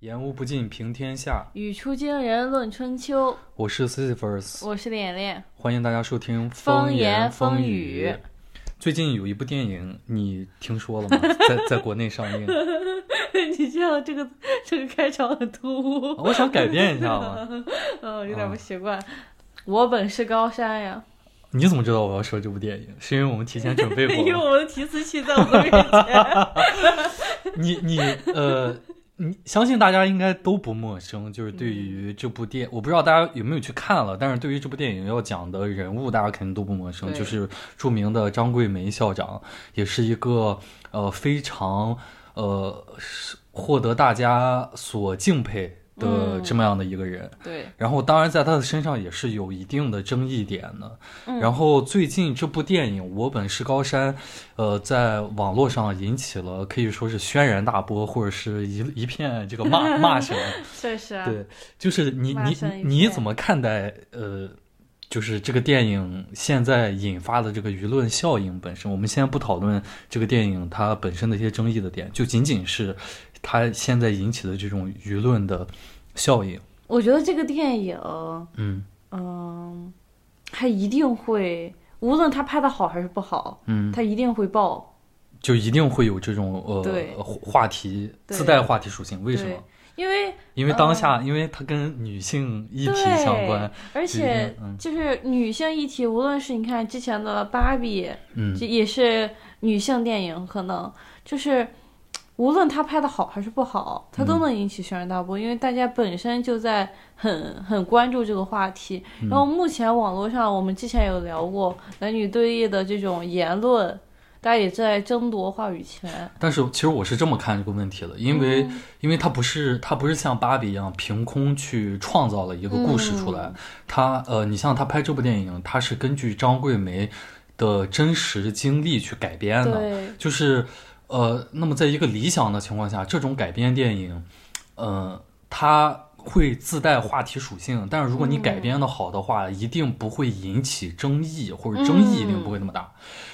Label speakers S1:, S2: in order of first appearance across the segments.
S1: 言无不尽，平天下。
S2: 语出惊人论春秋，
S1: 我是 Sisyphus，
S2: 我是脸脸。
S1: 欢迎大家收听《
S2: 风
S1: 言
S2: 言
S1: 风
S2: 风
S1: 语
S2: 语》。
S1: 最近有一部电影，你听说了吗？在在国内上 映，
S2: 你这样这个这个开场很突兀，
S1: 我想改变一下嘛。
S2: 嗯，有
S1: 啊
S2: 点不习惯。我本是高山呀，
S1: 你怎么知道我要说这部电影？是因为我们提前准备 过
S2: 因为
S1: 吗。
S2: 我的提词器在我的面前。
S1: 你你呃，你相信大家应该都不陌生，就是
S2: 嗯
S1: 对于这部电，我不知道大家有没有去看了，但是对于这部电影要讲的人物，大家肯定都不陌生，
S2: 对
S1: 就是著名的张桂梅校长，也是一个呃非常呃是获得大家所敬佩的
S2: 嗯
S1: 这么样的一个人。
S2: 对，
S1: 然后，当然，在他的身上也是有一定的争议点的。
S2: 嗯
S1: 然后，最近这部电影《我本是高山》，呃，在网络上引起了可以说是轩然大波，或者是一一片这个 骂骂声。
S2: 确实啊，
S1: 对，就是你
S2: 骂
S1: 你
S2: 声一片
S1: 你怎么看待呃，就是这个电影现在引发的这个舆论效应本身？我们先不讨论这个电影它本身的一些争议的点，就仅仅是它现在引起的这种舆论的效应。
S2: 我觉得这个电影，
S1: 嗯
S2: 嗯，它一定会，无论它拍的好还是不好，
S1: 嗯。
S2: 它一定会爆。
S1: 就一定会有这种
S2: 对
S1: 呃话题
S2: 对
S1: 自带话题属性，为什
S2: 对
S1: 么？
S2: 因为
S1: 因为当下，因为它跟女性议题
S2: 对，
S1: 相关，
S2: 而
S1: 就一定
S2: 且
S1: 嗯
S2: 就是女性议题，无论是你看之前的芭比，
S1: 嗯
S2: 这也是女性电影，可能就是无论她拍的好还是不好，她
S1: 嗯
S2: 都能引起轩然大波，因为大家本身就在很很关注这个话题。
S1: 嗯
S2: 然后目前网络上，我们之前有聊过男女对立的这种言论，大家也在争夺话语权。
S1: 但是其实我是这么看这个问题的，因为、
S2: 嗯
S1: 因为它不是它不是像芭比一样凭空去创造了一个故事出
S2: 嗯
S1: 来，它呃，你像他拍这部电影，它是根据张桂梅的真实经历去改编的，
S2: 对，
S1: 就是呃，那么在一个理想的情况下，这种改编电影，呃，它会自带话题属性，但是如果你改编的好的话，一定不会引起争议，或者争议一定不会那么
S2: 嗯
S1: 大。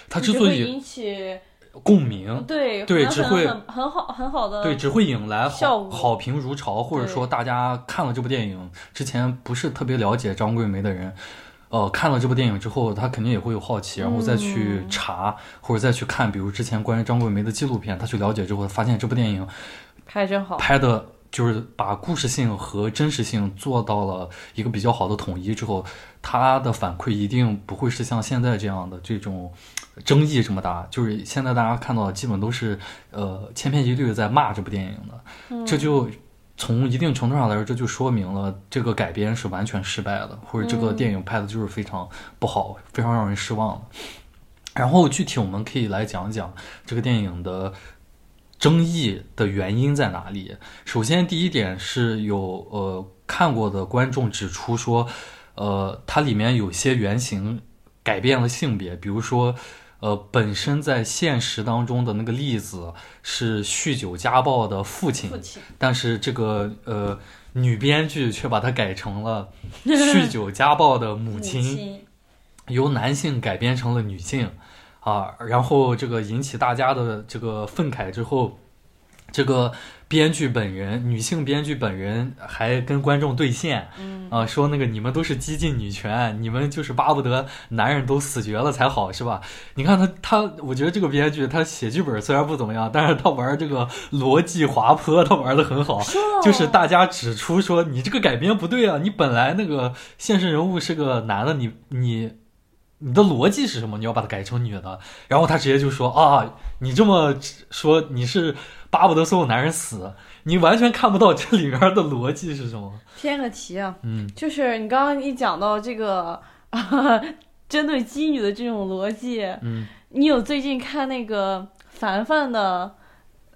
S1: 它之
S2: 只
S1: 所
S2: 会
S1: 以
S2: 引起
S1: 共鸣，
S2: 对
S1: 对
S2: 可能
S1: 只
S2: 很
S1: 会
S2: 很很好很好的
S1: 对，只会引来
S2: 嗯效
S1: 好
S2: 果
S1: 好评如潮，或者
S2: 对
S1: 说大家看了这部电影之前不是特别了解张桂梅的人。呃，看了这部电影之后，他肯定也会有好奇，然后再去
S2: 嗯
S1: 查、或者再去看，比如之前关于张桂梅的纪录片，他去了解之后，发现这部电影
S2: 拍真好。
S1: 拍的就是把故事性和真实性做到了一个比较好的统一之后，它的反馈一定不会是像现在这样的这种呃争议这么大。就是现在大家看到的基本都是呃千篇一律地在骂这部电影的，这就。从一定程度上来说，这就说明了这个改编是完全失败的，或者这个电影拍的就是非常不好，非常让人失望的。然后具体我们可以来讲讲这个电影的争议的原因在哪里。首先，第一点是有呃看过的观众指出说，呃，它里面有些原型改变了性别，比如说。呃，本身在现实当中的那个例子是酗酒家暴的父亲，
S2: 父亲
S1: 但是这个呃女编剧却把它改成了酗酒家暴的母
S2: 母
S1: 亲，由男性改编成了女性，啊，然后这个引起大家的这个愤慨之后，这个编剧本人，女性编剧本人还跟观众对线，
S2: 嗯
S1: 啊，说那个你们都是激进女权，你们就是巴不得男人都死绝了才好，是吧？你看他他，我觉得这个编剧他写剧本虽然不怎么样，但是他玩这个逻辑滑坡，他玩的很好，
S2: 哦
S1: 就是大家指出说你这个改编不对啊，你本来那个现实人物是个男的，你你你的逻辑是什么？你要把它改成女的，然后他直接就说啊，你这么说你是巴不得所有男人死，你完全看不到这里边的逻辑是什么。
S2: 偏个题啊。
S1: 嗯，
S2: 就是你刚刚一讲到这个， 针对基女的这种逻辑，
S1: 嗯，
S2: 你有最近看那个凡凡的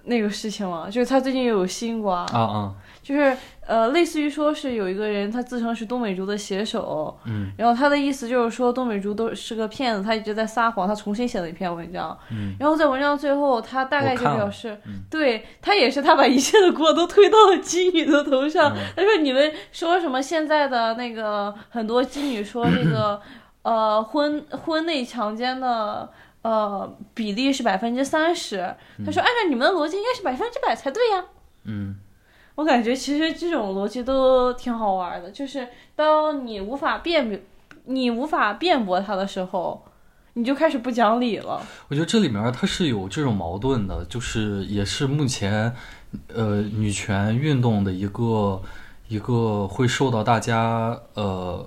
S2: 那个事情吗？就是他最近有新瓜，
S1: 啊啊，
S2: 就是呃，类似于说是有一个人他自称是东北竹的写手，
S1: 嗯
S2: 然后他的意思就是说东北竹都是个骗子，他一直在撒谎，他重新写了一篇文章，
S1: 嗯，
S2: 然后在文章最后，他大概
S1: 我
S2: 就
S1: 看了
S2: 表示，
S1: 嗯
S2: 对他也是他把一切的锅都推到了基女的头上。
S1: 嗯
S2: 他说你们说什么现在的那 个很多基女说这个呃婚婚内强奸的呃比例是百分之三十，他说按照你们的逻辑应该是百分之百才对呀。
S1: 嗯
S2: 我感觉其实这种逻辑都挺好玩的，就是当你无法辩别你无法辩驳他的时候，你就开始不讲理了。
S1: 我觉得这里面它是有这种矛盾的，就是也是目前呃女权运动的一个一个会受到大家呃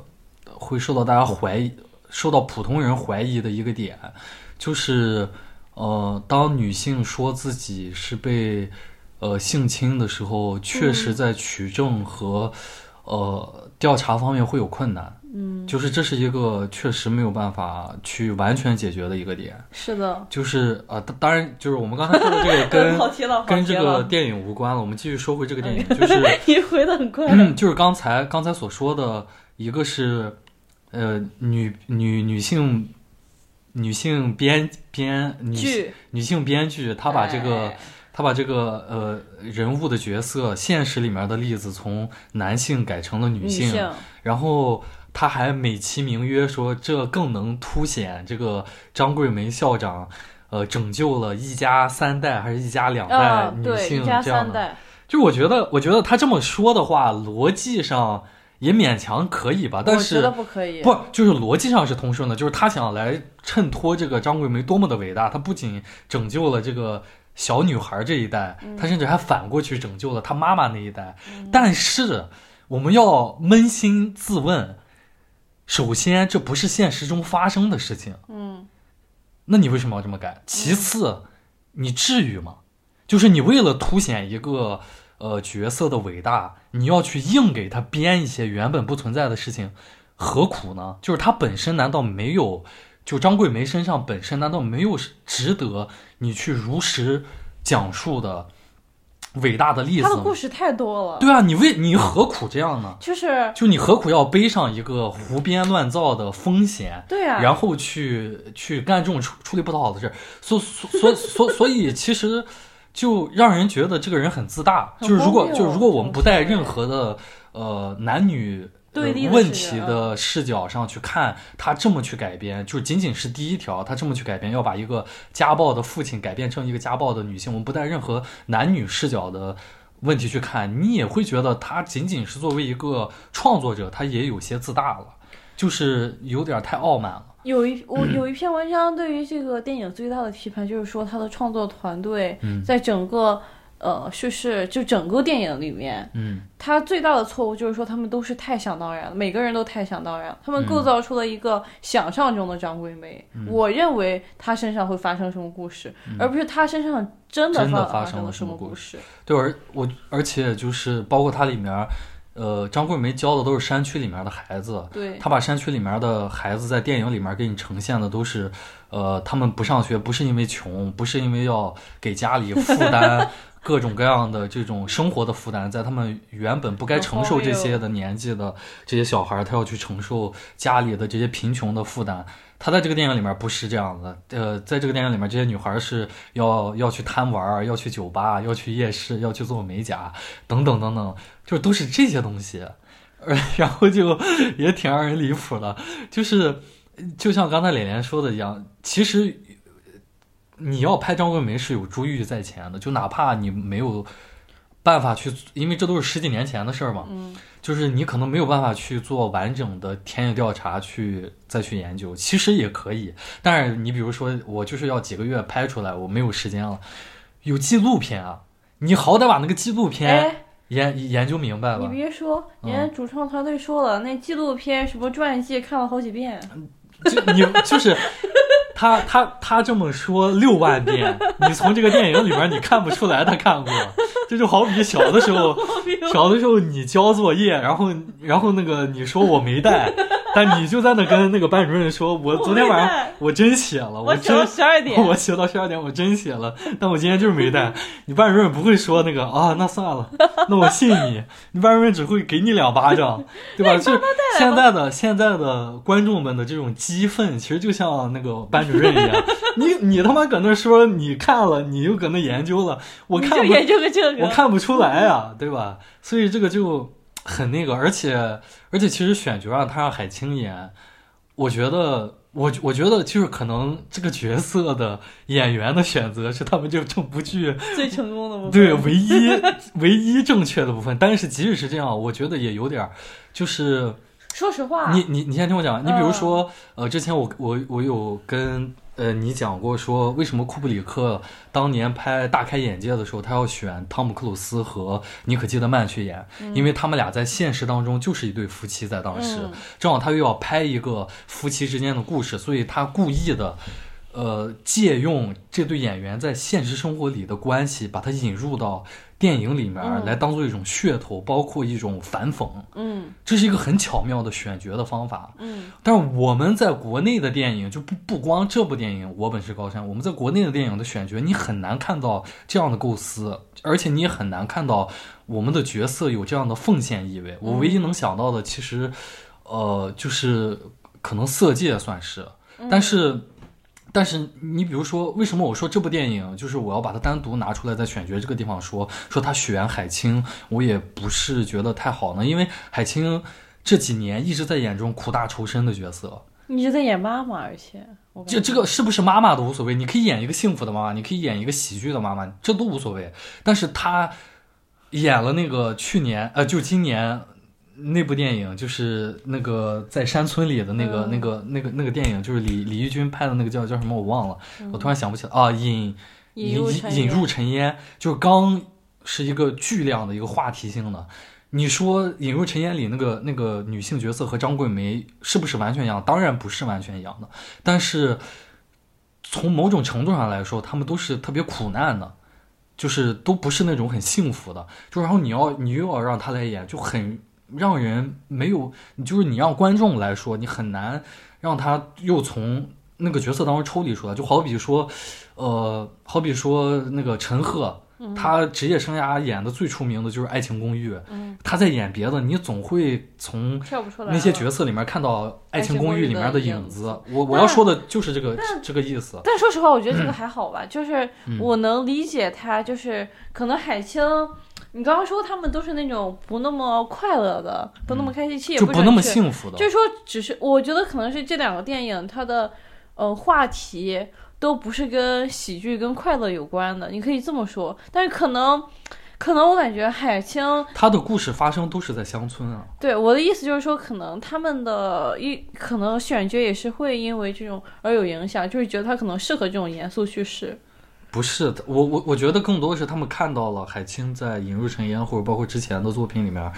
S1: 会受到大家怀疑，受到普通人怀疑的一个点，就是呃当女性说自己是被呃性侵的时候，确实在取证和、呃调查方面会有困难。
S2: 嗯，
S1: 就是这是一个确实没有办法去完全解决的一个点，
S2: 是的，
S1: 就是呃，当当然就是我们刚才说的这 个跟
S2: 跑题了，嗯跑
S1: 跟
S2: 题
S1: 这个
S2: 了，
S1: 电影无关了，我们继续说回这个电 影，就是
S2: 你回的很快。
S1: 就是刚才刚才所说的一个是，呃，女女女性女性编编女性
S2: 剧，
S1: 女性编剧，她把这个、
S2: 哎
S1: 她把这个呃人物的角色现实里面的例子从男性改成了
S2: 女
S1: 性然后他还美其名曰说，这更能凸显这个张桂梅校长，呃，拯救了一家三代还是一家两代
S2: 啊，
S1: 女
S2: 对，
S1: 性
S2: 一家
S1: 这样
S2: 三
S1: 的。
S2: 代，
S1: 就我觉得，我觉得他这么说的话，逻辑上也勉强可以吧，但
S2: 我觉得
S1: 是。
S2: 不可以。
S1: 不，就是逻辑上是通顺的，就是他想来衬托这个张桂梅多么的伟大，他不仅拯救了这个小女孩这一代，他甚至还反过去拯救了她妈妈那一代。但是我们要扪心自问，首先这不是现实中发生的事情，
S2: 嗯，
S1: 那你为什么要这么改？其次，你至于吗？就是你为了凸显一个呃角色的伟大，你要去硬给他编一些原本不存在的事情，何苦呢？就是他本身难道没有？就张桂梅身上本身难道没有值得你去如实讲述的伟大的例
S2: 他
S1: 子
S2: 的故
S1: 吗？
S2: 事太多了，
S1: 对啊，你为你何苦这样呢？
S2: 就是
S1: 就你何苦要背上一个胡编乱造的风险？
S2: 对啊，
S1: 然后去去干这种出出力不讨好的事儿，所所所所所以其实就让人觉得这个人很自大。
S2: 很
S1: 就是如果
S2: 荒谬
S1: 就是如果我们
S2: 这种
S1: 不带
S2: 行为
S1: 任何的呃男女呃
S2: 对立的
S1: 问
S2: 视
S1: 题
S2: 角
S1: 的视角上去看，他这么去改编，就仅仅是第一条，他这么去改编，要把一个家暴的父亲改变成一个家暴的女性，我们不带任何男女视角的。问题去看，你也会觉得他仅仅是作为一个创作者，他也有些自大了，就是有点太傲慢了。
S2: 有一 我有一篇文章对于这个电影最大的批判就是说，他的创作团队
S1: 嗯
S2: 在整个、呃就是就整个电影里面，
S1: 嗯
S2: 他最大的错误就是说他们都是太想当然了，每个人都太想当然了，他们
S1: 嗯
S2: 构造出了一个想象中的张桂梅，我认为她身上会发生什么故事，而不是她身上真的
S1: 嗯真的发
S2: 发
S1: 生了
S2: 了
S1: 什么
S2: 么
S1: 故
S2: 事。，
S1: 对，而我而且就是包括它里面儿，呃，张桂梅教的都是山区里面的孩子，
S2: 对，
S1: 她把山区里面的孩子在电影里面给你呈现的都是，呃，他们不上学不是因为穷，不是因为要给家里负担 各种各样的这种生活的负担，在他们原本不该承受这些的年纪的这些小孩儿，他要去承受家里的这些贫穷的负担。他在这个电影里面不是这样的，呃，在这个电影里面，这些女孩是要要去贪玩儿，要去酒吧，要去夜市，要去做美甲，等等等等，就都是这些东西，呃， 然后就也挺让人离谱的，就是就像刚才脸脸说的一样，其实呃你要拍张桂梅是有珠玉在前的，就哪怕你没有办法去，因为这都是十几年前的事儿嘛，
S2: 嗯，
S1: 就是你可能没有办法去做完整的田野调查去再去研究，其实也可以，但是你比如说我就是要几个月拍出来，我没有时间了，有纪录片啊，你好歹把那个纪录片
S2: 哎，
S1: 研、研究明白
S2: 你
S1: 啊吧。
S2: 别说，
S1: 嗯
S2: 人家主创团队说了，那纪录片什么传记看了好几遍。
S1: 就你就是他他他这么说六万遍，你从这个电影里边你看不出来他看过，这就好比小的时候，小的时候你交作业，然后然后那个你说我没带，但你就在那跟那个班主任说，我昨天晚
S2: 我没
S1: 上
S2: 带
S1: 我真写了，我
S2: 写到
S1: 真。
S2: 十二点，
S1: 我写到十二点，我真写了，但我今天就是没带。你班主任不会说那个啊，那算 了，那我信你。你班主任只会给你两巴掌，对吧？就是现在的现在的观众们的这种激愤，其实就像那个班主任一样，你你他妈搁那说你看了，你又搁那研究了，我
S2: 你
S1: 看
S2: 就
S1: 不
S2: 研究个这个，
S1: 我看不出来呀、 对吧？所以这个就很那个，而且而且其实选角啊，他让海清演，我觉得我我觉得就是可能这个角色的演员的选择是他们这整部剧
S2: 最成功的部分。
S1: 对唯一唯一正确的部分。但是即使是这样，我觉得也有点儿，就是
S2: 说实话，
S1: 你你你先听我讲，你比如
S2: 嗯
S1: 说，呃，之前我我我有跟呃你讲过说，为什么库布里克当年拍《大开眼界》的时候，他要选汤姆克鲁斯和妮可基德曼去演，因为他们俩在现实当中就是一对夫妻，在当时、
S2: 嗯
S1: 正好他又要拍一个夫妻之间的故事，所以他故意的。呃，借用这对演员在现实生活里的关系，把它引入到电影里面儿，
S2: 嗯
S1: 来当做一种噱头，包括一种反讽。
S2: 嗯
S1: 这是一个很巧妙的选角的方法。
S2: 嗯
S1: 但是我们在国内的电影就不不光这部电影《我本是高山》，我们在国内的电影的选角，你很难看到这样的构思，而且你也很难看到我们的角色有这样的奉献意味。我唯一能想到的，其实，呃，就是可能《色戒》算是，
S2: 嗯
S1: 但是。但是你比如说，为什么我说这部电影就是我要把它单独拿出来在选角这个地方说说它选海清，我也不是觉得太好呢？因为海清这几年一直在演这种苦大仇深的角色，
S2: 你就在演妈妈，而且我感
S1: 这
S2: 觉
S1: 这个是不是妈妈都无所谓，你可以演一个幸福的妈妈，你可以演一个喜剧的妈妈，这都无所谓。但是她演了那个去年呃，就今年那部电影，就是那个在山村里的那个、
S2: 嗯
S1: 那个那个那个电影，就是李李玉军拍的那个叫叫什么我忘了，我突然想不起来啊，引
S2: 嗯
S1: 引
S2: 引入尘
S1: 引
S2: 烟
S1: 入尘烟，就是刚是一个巨量的一个话题性的。你说《引入尘烟》里那个那个女性角色和张桂梅是不是完全一样？当然不是完全一样的，但是从某种程度上来说，她们都是特别苦难的，就是都不是那种很幸福的。就然后你要你又要让她来演，就很让人没有，就是你让观众来说，你很难让她又从那个角色当中抽离出来。就好比说，呃，好比说那个陈赫，他职业生涯演的最出名的就是《爱情公寓》，
S2: 嗯
S1: 他在演别的，你总会从
S2: 跳不出来
S1: 那些
S2: 了
S1: 角色里面看到《爱情公寓》里面影子。我我
S2: 但
S1: 要说的就是这个
S2: 但
S1: 这个意思。
S2: 但说实话，我
S1: 嗯
S2: 觉得这个还好吧，就是我能理解他，就是可能海清，你刚刚说他们都是那种不那么快乐的，不那么开心，其实也
S1: 嗯就
S2: 准
S1: 那么
S2: 确
S1: 幸福的，
S2: 就是说，只是我觉得可能是这两个电影它的呃话题都不是跟喜剧跟快乐有关的，你可以这么说。但是可能，可能我感觉海清
S1: 他的故事发生都是在乡村啊。
S2: 对我的意思就是说，可能他们的一可能选角也是会因为这种而有影响，就是觉得他可能适合这种严肃叙事。
S1: 不是的，我我我觉得更多的是他们看到了海清在《引入尘烟》或者包括之前的作品里面，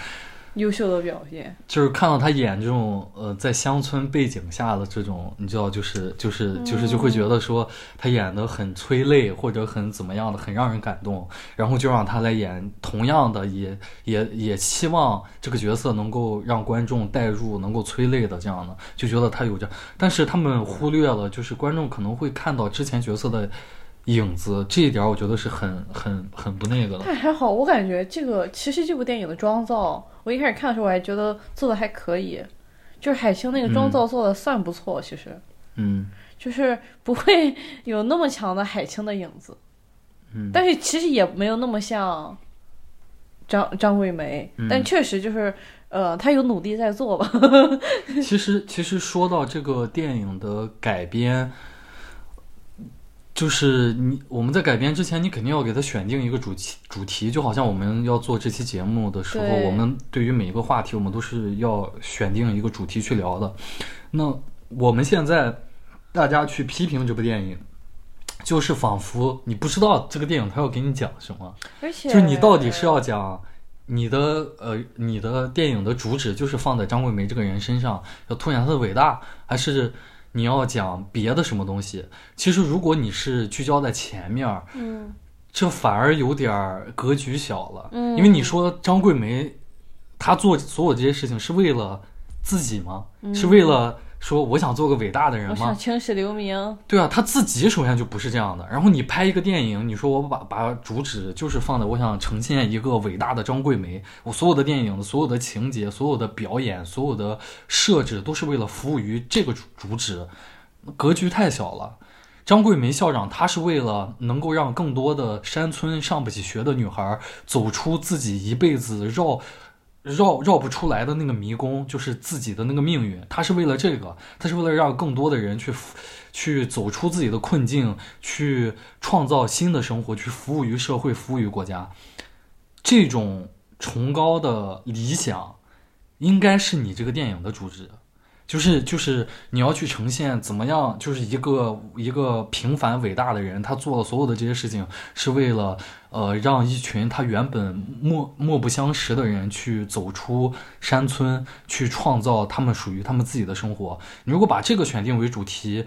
S2: 优秀的表现，
S1: 就是看到他演这种呃在乡村背景下的这种，你知道，就是就是就是就会觉得说他演的很催泪或者很怎么样的，很让人感动，然后就让他来演同样的也，也也期望这个角色能够让观众带入，能够催泪的这样的，就觉得他有这样，但是他们忽略了，就是观众可能会看到之前角色的影子，这一点我觉得是很很很不那个的。
S2: 但还好，我感觉这个其实这部电影的妆造，我一开始看的时候我还觉得做的还可以，就是海清那个妆
S1: 嗯
S2: 造做的算不错，其实。
S1: 嗯
S2: 就是不会有那么强的海清的影子，
S1: 嗯
S2: 但是其实也没有那么像张张桂梅，
S1: 嗯
S2: 但确实就是呃，她有努力在做吧。
S1: 其实，其实说到这个电影的改编，就是你我们在改编之前，你肯定要给它选定一个主题，主题就好像我们要做这期节目的时候，
S2: 对
S1: 我们对于每一个话题，我们都是要选定一个主题去聊的。那我们现在大家去批评这部电影，就是仿佛你不知道这个电影它要给你讲什么。
S2: 而且
S1: 就是你到底是要讲你的呃你的电影的主旨就是放在张桂梅这个人身上，要凸显她的伟大，还是你要讲别的什么东西？其实如果你是聚焦在前面儿，
S2: 嗯
S1: 这反而有点儿格局小了。
S2: 嗯
S1: 因为你说张桂梅她做所有这些事情是为了自己吗？是为了说我想做个伟大的人
S2: 嗯我
S1: 吗？
S2: 想青史留名，
S1: 对啊，他自己首先就不是这样的。然后你拍一个电影，你说我把把主旨就是放在我想呈现一个伟大的张桂梅，我所有的电影的所有的情节、所有的表演、所有的设置都是为了服务于这个主主旨，格局太小了。张桂梅校长，她是为了能够让更多的山村上不起学的女孩走出自己一辈子绕绕绕不出来的那个迷宫，就是自己的那个命运。他是为了这个，他是为了让更多的人去去走出自己的困境，去创造新的生活，去服务于社会，服务于国家。这种崇高的理想，应该是你这个电影的主旨。就是就是你要去呈现怎么样，就是一个一个平凡伟大的人，他做了所有的这些事情，是为了呃让一群他原本莫莫不相识的人去走出山村，去创造他们属于他们自己的生活。你如果把这个选定为主题，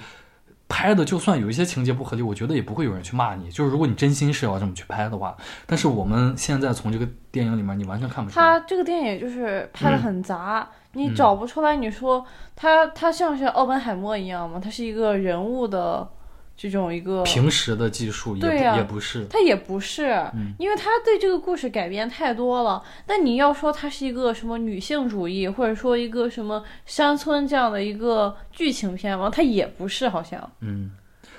S1: 拍的就算有一些情节不合理，我觉得也不会有人去骂你。就是如果你真心是要这么去拍的话，但是我们现在从这个电影里面，你嗯完全看不出来。
S2: 他这个电影就是拍的很杂，你找不出来。你说他他像是奥本海默一样吗？他是一个人物的这种一个，
S1: 平时的技术也不、
S2: 对呀
S1: 也不是，
S2: 他也不是，
S1: 嗯
S2: 因为他对这个故事改编太多了。那你要说他是一个什么女性主义，或者说一个什么山村这样的一个剧情片吗？他也不是，好像。
S1: 嗯，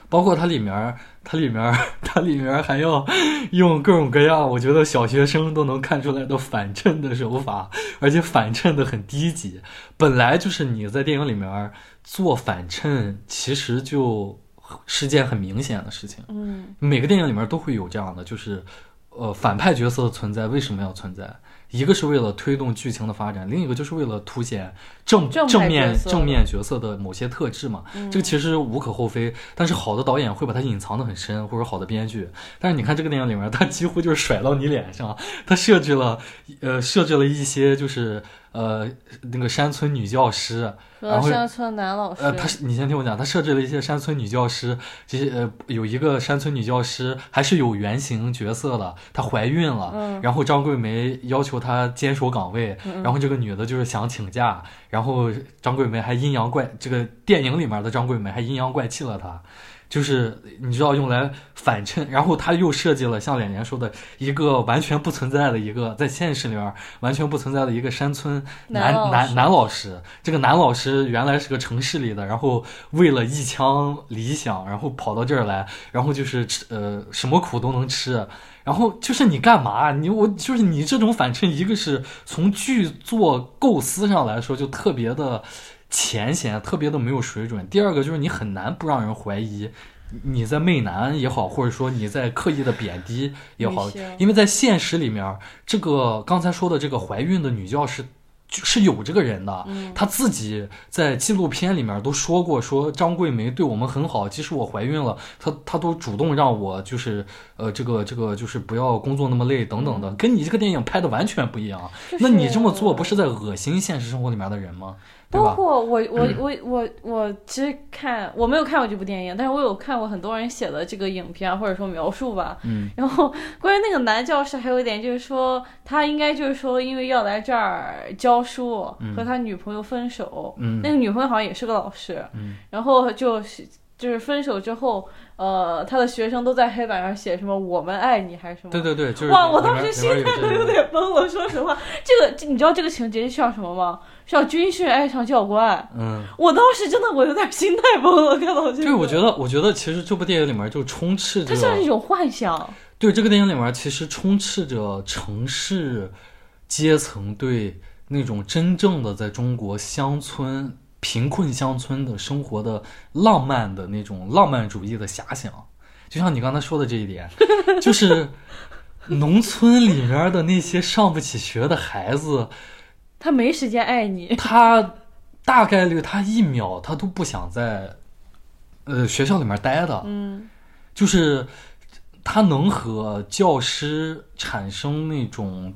S1: 包括它里面儿，它里面儿， 它里面儿还要用各种各样，我觉得小学生都能看出来的反衬的手法，而且反衬的很低级。本来就是你在电影里面儿做反衬，其实就是件很明显的事情。
S2: 嗯，
S1: 每个电影里面都会有这样的，就是呃反派角色的存在为什么要存在？一个是为了推动剧情的发展，另一个就是为了凸显正
S2: 正派
S1: 正面
S2: 角色嗯
S1: 正面角色的某些特质嘛。这个其实无可厚非，但是好的导演会把它隐藏的很深，或者好的编剧。但是你看这个电影里面，它几乎就是甩到你脸上，它设置了呃设置了一些就是呃那个山村女教师，啊然
S2: 和
S1: 后
S2: 山村男老师。
S1: 呃，他是你先听我讲，他设置了一些山村女教师，这些呃有一个山村女教师还是有原型角色的，她怀孕了，
S2: 嗯
S1: 然后张桂梅要求她坚守岗位，然后这个女的就是想请假，然后张桂梅还阴阳怪，这个电影里面的张桂梅还阴阳怪气了她。就是你知道用来反衬，然后他又设计了像脸脸说的一个完全不存在的一个在现实里面完全不存在的一个山村男
S2: 男老
S1: 男
S2: 师
S1: 男老师，这个男老师原来是个城市里的，然后为了一腔理想，然后跑到这儿来，然后就是吃呃什么苦都能吃，然后就是你干嘛？你我就是你这种反衬，一个是从剧作构思上来说就特别的浅显，特别的没有水准；第二个就是你很难不让人怀疑。你在媚男也好，或者说你在刻意的贬低也好
S2: 女，性
S1: 因为在现实里面，这个刚才说的这个怀孕的女教师就是有这个人的，
S2: 嗯
S1: 她自己在纪录片里面都说过，说张桂梅对我们很好，即使我怀孕了，她她都主动让我就是呃这个这个就是不要工作那么累等等的，跟你这个电影拍的完全不一样。
S2: 嗯就是
S1: 那你这么做不是在恶心现实生活里面的人吗？对
S2: 包
S1: 吧？嗯
S2: 括我我我我我其实看我没有看过这部电影，但是我有看过很多人写的这个影片啊或者说描述吧。
S1: 嗯，
S2: 然后关于那个男教师还有一点就是说，他应该就是说因为要来这儿教书，和他女朋友分手。
S1: 嗯
S2: 那个女朋友好像也是个老师。
S1: 嗯
S2: 然后就是就是分手之后，呃，他的学生都在黑板上写什么“我们爱你”还是什么。
S1: 对对对，就是
S2: 哇！我
S1: 里面
S2: 当时心
S1: 里面
S2: 态
S1: 有
S2: 都
S1: 这
S2: 有
S1: 个
S2: 点崩了。说实话，这个这你知道这个情节像什么吗？像军训爱上教官。
S1: 嗯。
S2: 我当时真的我有点心态崩了，看到这个。
S1: 对，我觉得，我觉得其实这部电影里面就充斥着
S2: 它像是一种幻想。
S1: 对这个电影里面，其实充斥着城市阶层对那种真正的在中国乡村贫困乡村的生活的浪漫的那种浪漫主义的遐想。就像你刚才说的这一点，就是 农村里面的那些上不起学的孩子，
S2: 他没时间爱
S1: 啊
S2: 你，
S1: 他大概率他一秒他都不想在呃学校里面待的，
S2: 嗯，
S1: 就是他能和教师产生那种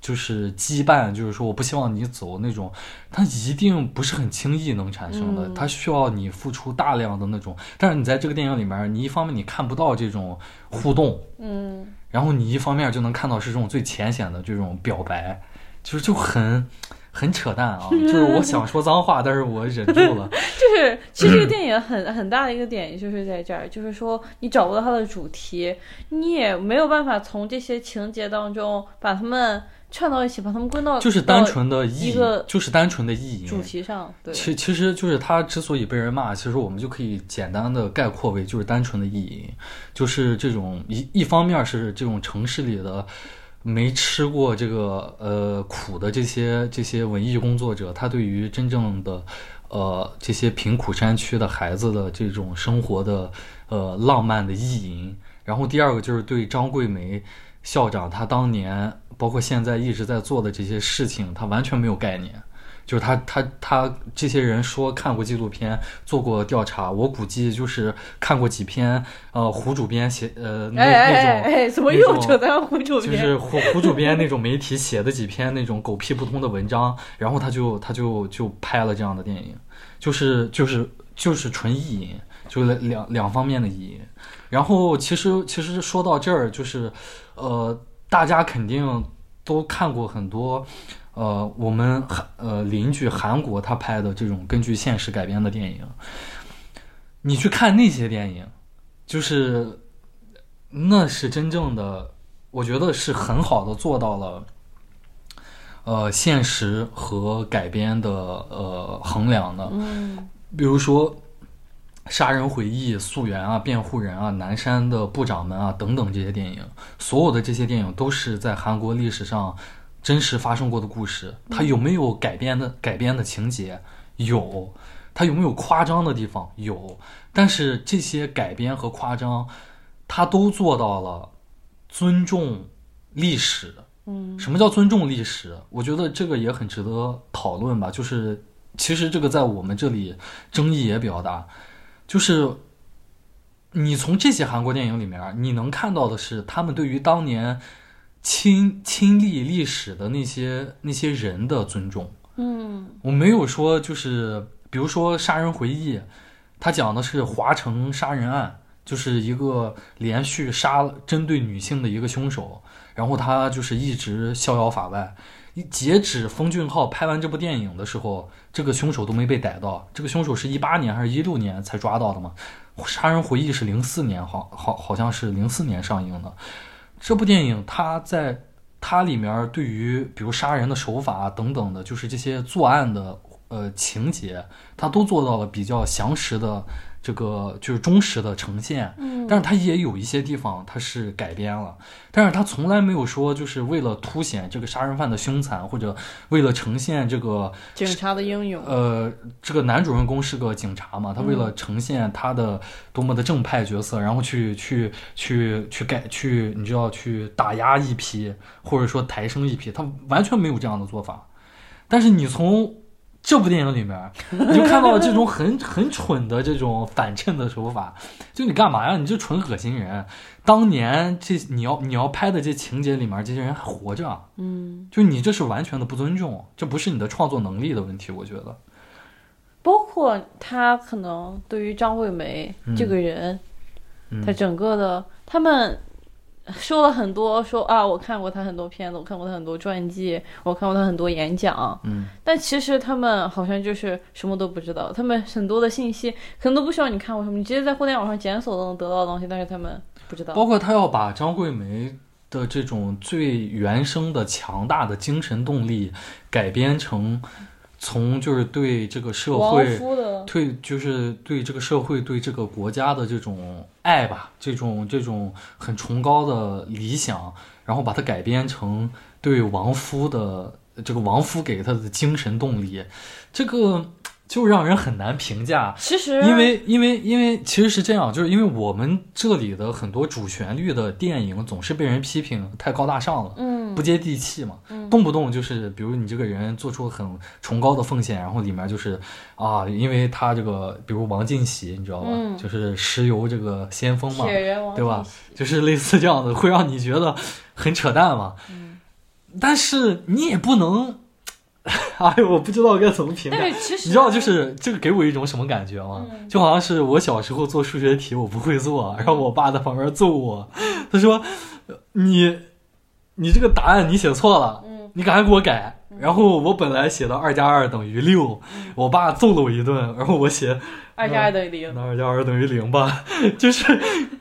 S1: 就是羁绊，就是说我不希望你走那种，他一定不是很轻易能产生的，
S2: 嗯
S1: 他需要你付出大量的那种。但是你在这个电影里面，你一方面你看不到这种互动，
S2: 嗯，
S1: 然后你一方面就能看到是这种最浅显的这种表白，就是就很很扯淡 啊！就是我想说脏话，但是我忍住了。
S2: 就是 其实这个电影很很大的一个点就是在这儿，就是说你找不到它的主题，你也没有办法从这些情节当中把它们串到一起，把它们归到
S1: 就是单纯的意
S2: 呃一
S1: 义
S2: 个，
S1: 就是单纯的意义。
S2: 主题上，对，
S1: 其其实就是它之所以被人骂，其实我们就可以简单的概括为就是单纯的意义，就是这种一一方面是这种城市里的没吃过这个呃苦的这些这些文艺工作者，他对于真正的呃这些贫苦山区的孩子的这种生活的呃浪漫的意淫。然后第二个就是对张桂梅校长她当年包括现在一直在做的这些事情，他完全没有概念。就是他他他这些人说看过纪录片，做过调查，我估计就是看过几篇呃胡主编写呃那
S2: 哎哎哎
S1: 那种。
S2: 哎，怎么
S1: 那
S2: 又
S1: 种
S2: 扯到胡主
S1: 就
S2: 编？
S1: 是胡胡主编那种媒体写的几篇那种狗屁不通的文章，然后他就他就就拍了这样的电影，就是就是就是纯意淫，就是两两方面的意淫。然后其实其实说到这儿，就是呃，大家肯定都看过很多。呃，我们韩呃邻居韩国他拍的这种根据现实改编的电影，你去看那些电影，就是那是真正的，我觉得是很好的做到了，呃，现实和改编的呃衡量的。
S2: 嗯，
S1: 比如说《杀人回忆》《溯源》啊，《辩护人》啊，《南山的部长们》啊等等这些电影，所有的这些电影都是在韩国历史上真实发生过的故事。它有没有改编的改编的情节？有。它有没有夸张的地方？有。但是这些改编和夸张，它都做到了尊重历史。
S2: 嗯，
S1: 什么叫尊重历史？我觉得这个也很值得讨论吧。就是其实这个在我们这里争议也比较大，就是你从这些韩国电影里面，啊你能看到的是他们对于当年亲亲历历史的那些那些人的尊重。
S2: 嗯，
S1: 我没有说就是，比如说《杀人回忆》，它讲的是华城杀人案，就是一个连续杀了针对女性的一个凶手，然后他就是一直逍遥法外。一截止封俊昊拍完这部电影的时候，这个凶手都没被逮到。这个凶手是一八年还是一六年才抓到的嘛？《杀人回忆》是零四年，好好好像是零四年上映的。这部电影它在它里面对于比如杀人的手法等等的，就是这些作案的呃情节，它都做到了比较详实的这个就是忠实的呈现。
S2: 嗯
S1: 但是它也有一些地方它是改编了，但是它从来没有说就是为了凸显这个杀人犯的凶残，或者为了呈现这个
S2: 警察的英勇，
S1: 呃，这个男主人公是个警察嘛，他为了呈现他的多么的正派角色，然后去去去去改去，你知道去打压一批，或者说抬升一批，他完全没有这样的做法。但是你从这部电影里面，你就看到了这种很很蠢的这种反衬的手法，就你干嘛呀？你这纯恶心人！当年这你要你要拍的这情节里面，这些人还活着啊，
S2: 嗯，
S1: 就你这是完全的不尊重，这不是你的创作能力的问题，我觉得。
S2: 包括他可能对于张惠梅这个人，
S1: 嗯
S2: 他整个的他们说了很多，说啊，我看过他很多片子，我看过他很多传记，我看过他很多演讲，
S1: 嗯，
S2: 但其实他们好像就是什么都不知道，他们很多的信息可能都不需要你看过什么，你直接在互联网上检索都能得到的东西，但是他们不知道。
S1: 包括他要把张桂梅的这种最原生的强大的精神动力改编成从就是对这个社
S2: 王
S1: 会。
S2: 夫的，
S1: 对，就是对这个社会、对这个国家的这种爱吧，这种这种很崇高的理想，然后把它改编成对亡夫的这个亡夫给他的精神动力，这个就让人很难评价。
S2: 其实
S1: 因为因为因为其实是这样，就是因为我们这里的很多主旋律的电影总是被人批评太高大上了，
S2: 嗯
S1: 不接地气嘛，动不动就是比如你这个人做出很崇高的奉献，然后里面就是啊，因为他这个比如王进喜，你知道吧，
S2: 嗯
S1: 就是石油这个先锋嘛，
S2: 铁人王
S1: 对吧
S2: 进喜
S1: 就是类似这样的，会让你觉得很扯淡嘛。
S2: 嗯
S1: 但是你也不能， 哎呦，我不知道该怎么评价。
S2: 但是其实
S1: 你知道，就是这个给我一种什么感觉吗？
S2: 嗯
S1: 就好像是我小时候做数学题我不会做，然后我爸在旁边揍我，他说：“你，你这个答案你写错了，
S2: 嗯嗯
S1: 你赶快给我改。”然后我本来写的二加二等于六，我爸揍了我一顿，然后我写
S2: 二加二等于零，
S1: 那二加二等于零吧， 就是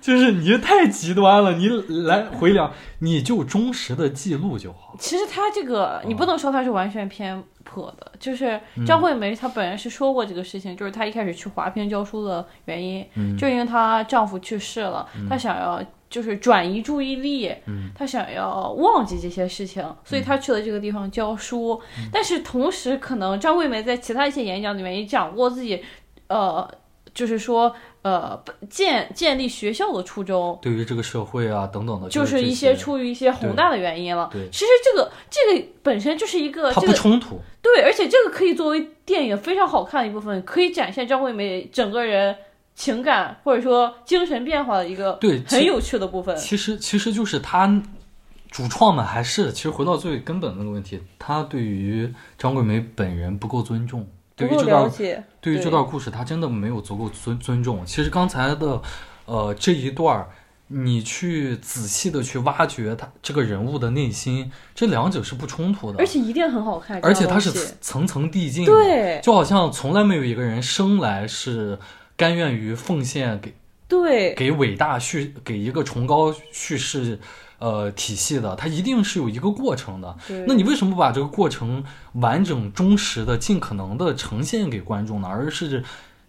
S1: 就是你太极端了，你来回两，你就忠实的记录就好。
S2: 其实他这
S1: 哦
S2: 个，你不能说他是完全偏颇的，就是张惠梅她本人是说过这个事情，就是她一开始去华坪教书的原因，
S1: 嗯
S2: 就因为她丈夫去世了，她想要就是转移注意力，
S1: 嗯
S2: 他想要忘记这些事情，所以他去了这个地方教书。
S1: 嗯
S2: 但是同时，可能张桂梅在其他一些演讲里面也讲过自己，呃，就是说，呃，建建立学校的初衷，
S1: 对于这个社会啊等等的，
S2: 就是是一
S1: 些
S2: 些出于一些宏大的原因了
S1: 对对。
S2: 其实这个这个本身就是一个
S1: 它
S2: 呃
S1: 不
S2: 这个
S1: 冲突，
S2: 对，而且这个可以作为电影非常好看的一部分，可以展现张惠妹整个人情感或者说精神变化的一个
S1: 对，
S2: 很
S1: 其
S2: 有趣的部分。
S1: 其实其实就是他主创们还是其实回到最根本的那个问题，他对于张桂梅本人不够尊重，对
S2: 不
S1: 于
S2: 够
S1: 这
S2: 了
S1: 段
S2: 解，
S1: 对于
S2: 对
S1: 这段故事，他真的没有足够尊尊重。其实刚才的呃这一段儿，你去仔细的去挖掘他这个人物的内心，这两者是不冲突的
S2: 而，且一定很好看。
S1: 而
S2: 这
S1: 且
S2: 样
S1: 它
S2: 东
S1: 是
S2: 西
S1: 层层递进的。
S2: 对
S1: 就好像从来没有一个人生来是甘愿于奉献给
S2: 对
S1: 给伟大叙给一个崇高叙事呃体系的，它一定是有一个过程的。
S2: 对，
S1: 那你为什么不把这个过程完整、忠实的、尽可能的呈现给观众呢？而是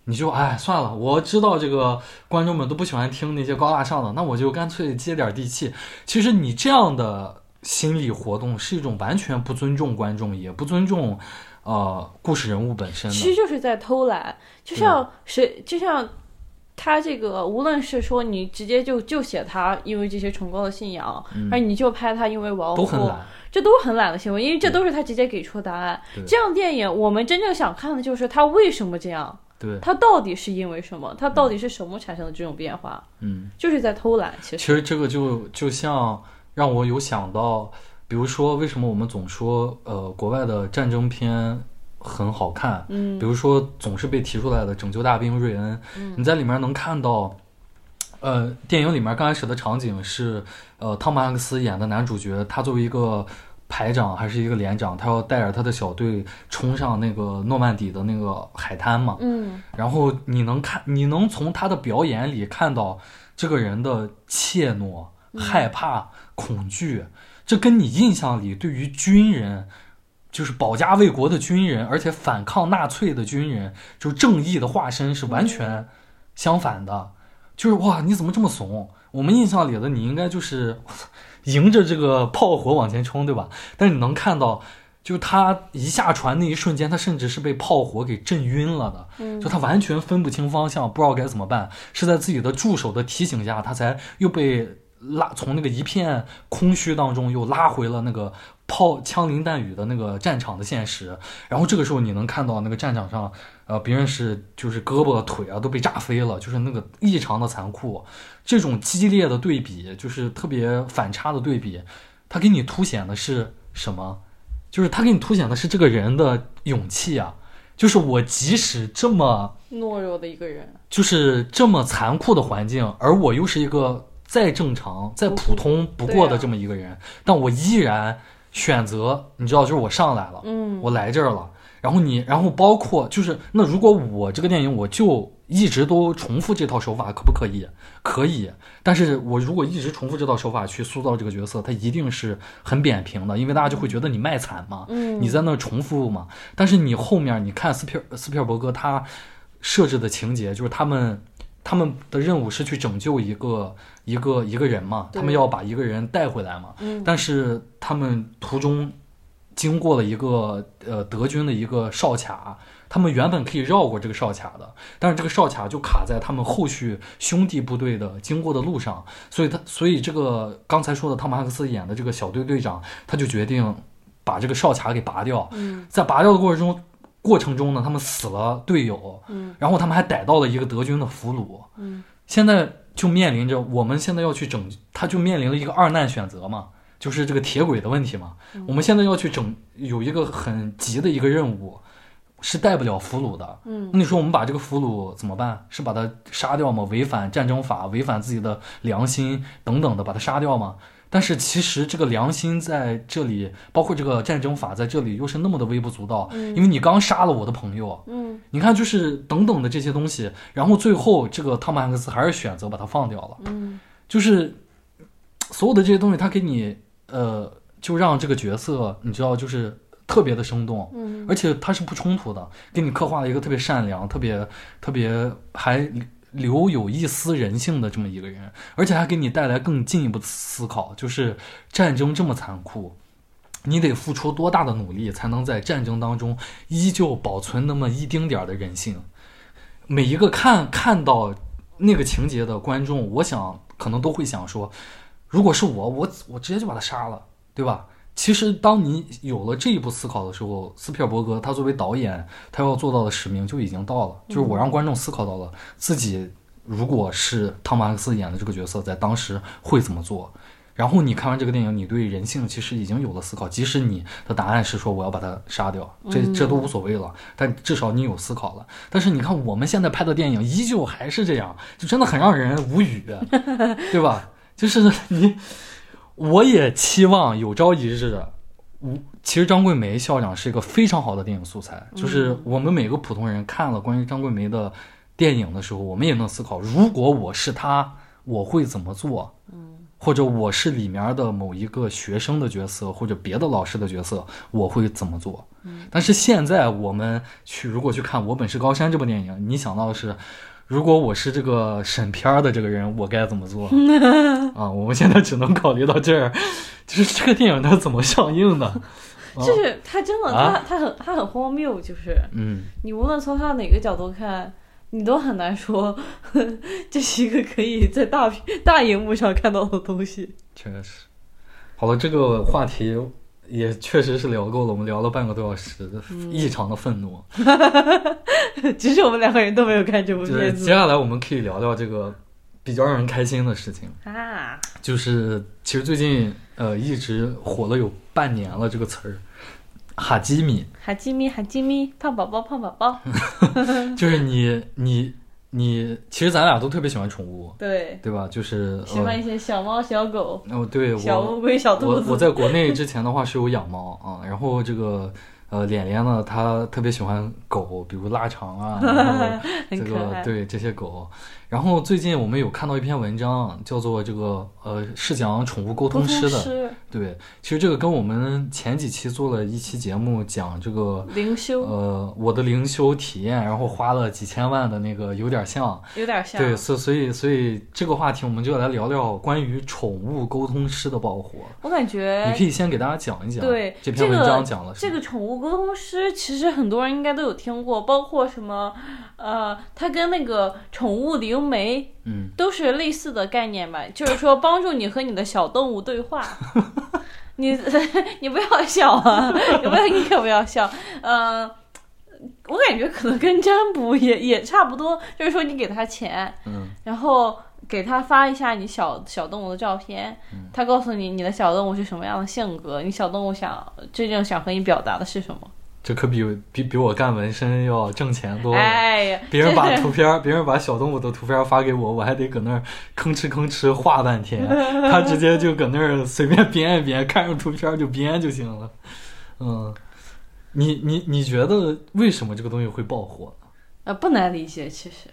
S1: 你就哎算了，我知道这个观众们都不喜欢听那些高大上的，那我就干脆接点地气。其实你这样的心理活动是一种完全不尊重观众，也不尊重呃故事人物本身
S2: 其
S1: 的。
S2: 实就是在偷懒，就
S1: 嗯
S2: 像谁，就像他这个，无论是说你直接就就写他因为这些崇高的信仰，而你就拍他因为王
S1: 嗯都很
S2: 后
S1: 懒，
S2: 这都是很懒的行为，因为这都是他直接给出答案
S1: 对。
S2: 这样的电影，我们真正想看的就是他为什么这样，
S1: 对，
S2: 他到底是因为什么，他到底是什么产生的这种变化，
S1: 嗯。
S2: 就是在偷懒。其
S1: 其
S2: 实，
S1: 实这个就就像让我有想到，比如说为什么我们总说呃国外的战争片很好看，
S2: 嗯
S1: 比如说总是被提出来的《拯救大兵瑞恩》，你在里面能看到。呃，电影里面刚开始的场景是，呃，汤姆汉克斯演的男主角，他作为一个排长还是一个连长，他要带着他的小队冲上那个诺曼底的那个海滩嘛。
S2: 嗯，
S1: 然后你能看，你能从他的表演里看到这个人的怯懦、害怕、恐惧，这跟你印象里对于军人，就是保家卫国的军人，而且反抗纳粹的军人，就是正义的化身，是完全相反的。就是哇，你怎么这么怂？我们印象里的你应该就是迎着这个炮火往前冲，对吧？但是你能看到，就他一下船那一瞬间，他甚至是被炮火给震晕了
S2: 嗯
S1: 的，就他完全分不清方向，啊不知道该怎么办，是在自己的助手的提醒下，他才又被拉从那个一片空虚当中又拉回了那个炮枪林弹雨的那个战场的现实。然后这个时候你能看到那个战场上，呃，别人是就是胳膊腿啊都被炸飞了，就是那个异常的残酷，这种激烈的对比，就是特别反差的对比，它给你凸显的是什么？就是它给你凸显的是这个人的勇气啊，就是我即使这么。
S2: 懦弱的一个人，
S1: 就是这么残酷的环境，而我又是一个再正常、再普通不过的这么一个人，但我依然选择，你知道，就是我上来了，
S2: 嗯，
S1: 我来这儿了。然后你，然后包括就是，那如果我这个电影我就一直都重复这套手法，可不可以？可以。但是我如果一直重复这套手法去塑造这个角色，他一定是很扁平的，因为大家就会觉得你卖惨嘛，
S2: 嗯
S1: 你在那儿重复嘛。但是你后面你看斯皮尔斯皮尔伯格他设置的情节，就是他们他们的任务是去拯救一个一个一个人嘛，
S2: 对
S1: 他们要把一个人带回来嘛。
S2: 嗯
S1: 但是他们途中经过了一个呃德军的一个哨卡，他们原本可以绕过这个哨卡的，但是这个哨卡就卡在他们后续兄弟部队的经过的路上，所以他所以这个刚才说的汤姆汉克斯演的这个小队队长，他就决定把这个哨卡给拔掉。
S2: 嗯
S1: 在拔掉的过程中过程中呢，他们死了队友，
S2: 嗯
S1: 然后他们还逮到了一个德军的俘虏，
S2: 嗯，
S1: 现在就面临着我们现在要去拯，他就面临了一个二难选择嘛，就是这个铁轨的问题嘛。
S2: 嗯
S1: 我们现在要去整，有一个很急的一个任务，是带不了俘虏的。
S2: 嗯，
S1: 那你说我们把这个俘虏怎么办？是把他杀掉吗？违反战争法，违反自己的良心等等的，把他杀掉吗？但是其实这个良心在这里，包括这个战争法在这里又是那么的微不足道，因为你刚杀了我的朋友，
S2: 嗯
S1: 你看，就是等等的这些东西，然后最后这个汤姆汉克斯还是选择把它放掉了。
S2: 嗯，
S1: 就是所有的这些东西，它给你呃，就让这个角色你知道，就是特别的生动，
S2: 嗯，
S1: 而且它是不冲突的，给你刻画了一个特别善良、特别特别还留有一丝人性的这么一个人，而且还给你带来更进一步的思考，就是战争这么残酷。你得付出多大的努力，才能在战争当中依旧保存那么一丁点儿的人性？每一个看看到那个情节的观众，我想可能都会想说，如果是我，我我直接就把他杀了，对吧？其实，当你有了这一步思考的时候，斯皮尔伯格他作为导演，他要做到的使命就已经到了，就是我让观众思考到了自己如果是汤姆汉克斯演的这个角色，在当时会怎么做。然后你看完这个电影，你对人性其实已经有了思考，即使你的答案是说我要把他杀掉，这这都无所谓了，但至少你有思考了。但是你看我们现在拍的电影，依旧还是这样，就真的很让人无语，对吧？就是你，我也期望有朝一日，我其实张桂梅校长是一个非常好的电影素材，就是我们每个普通人看了关于张桂梅的电影的时候，我们也能思考，如果我是她，我会怎么做？或者我是里面的某一个学生的角色，或者别的老师的角色，我会怎么做？但是现在我们去如果去看《我本是高山》这部电影，你想到的是，如果我是这个审片儿的这个人，我该怎么做？ 啊，我们现在只能考虑到这儿，就是这个电影它怎么上映的？啊
S2: 就是他真的，他
S1: 啊
S2: 他很他很荒谬，就是
S1: 嗯，
S2: 你无论从他哪个角度看，你都很难说 这是一个可以在大屏大荧幕上看到的东西。
S1: 确实。好了，这个话题也确实是聊够了，我们聊了半个多小时，
S2: 嗯
S1: 异常的愤怒。
S2: 只是我们两个人都没有看这部
S1: 就是
S2: 片
S1: 接
S2: 子
S1: 下来我们可以聊聊这个比较让人开心的事情，
S2: 啊，
S1: 就是其实最近呃一直火了有半年了这个词儿，哈基米，
S2: 哈基米哈基米，胖宝宝胖宝宝，
S1: 嗯
S2: 嗯
S1: 就是你你你，其实咱俩都特别喜欢宠物，
S2: 对，
S1: 对吧？就是
S2: 喜欢
S1: 呃
S2: 一些小猫小狗、
S1: 哦，对
S2: 小
S1: 我
S2: 乌龟、 小兔
S1: 我我
S2: 子。
S1: 在国内之前的话是有养猫啊，然后这个。呃，脸脸呢，他特别喜欢狗，比如腊肠啊， 然后
S2: 很
S1: 这
S2: 可
S1: 个
S2: 爱
S1: 对这些狗。然后最近我们有看到一篇文章，叫做这个呃是讲宠物沟
S2: 沟
S1: 通师的。
S2: 师、
S1: 对，其实这个跟我们前几期做了一期节目讲这个
S2: 灵修
S1: 呃我的灵修体验，然后花了几千万的那个有点像。
S2: 有点像，
S1: 对，所所以所以这个话题我们就来聊聊关于宠物沟通师的爆火。
S2: 我感觉
S1: 你可以先给大家讲一讲，
S2: 对
S1: 这篇文章讲了什
S2: 这
S1: 么
S2: 个宠物沟通师，其实很多人应该都有听过，包括什么，呃，它跟那个宠物灵媒
S1: 嗯，
S2: 都是类似的概念吧，就是说帮助你和你的小动物 对话。你 你不要笑啊！ 你不要，你可不要笑。呃，我感觉可能跟占卜也也差不多，就是说你给他钱，
S1: 嗯，
S2: 然后给他发一下你小小动物的照片，
S1: 嗯
S2: 他告诉你你的小动物是什么样的性格，你小动物想真正想和你表达的是什么。
S1: 这可比比比我干纹身要挣钱多了。
S2: 哎呀，
S1: 别人把
S2: 这
S1: 图片儿，别人把小动物的图片儿发给我，我还得搁那儿吭哧吭哧画半 天。他直接就搁那儿随便编一编，看着图片儿就编就行了。嗯，你你你觉得为什么这个东西会爆火呢？
S2: 呃不难理解其实，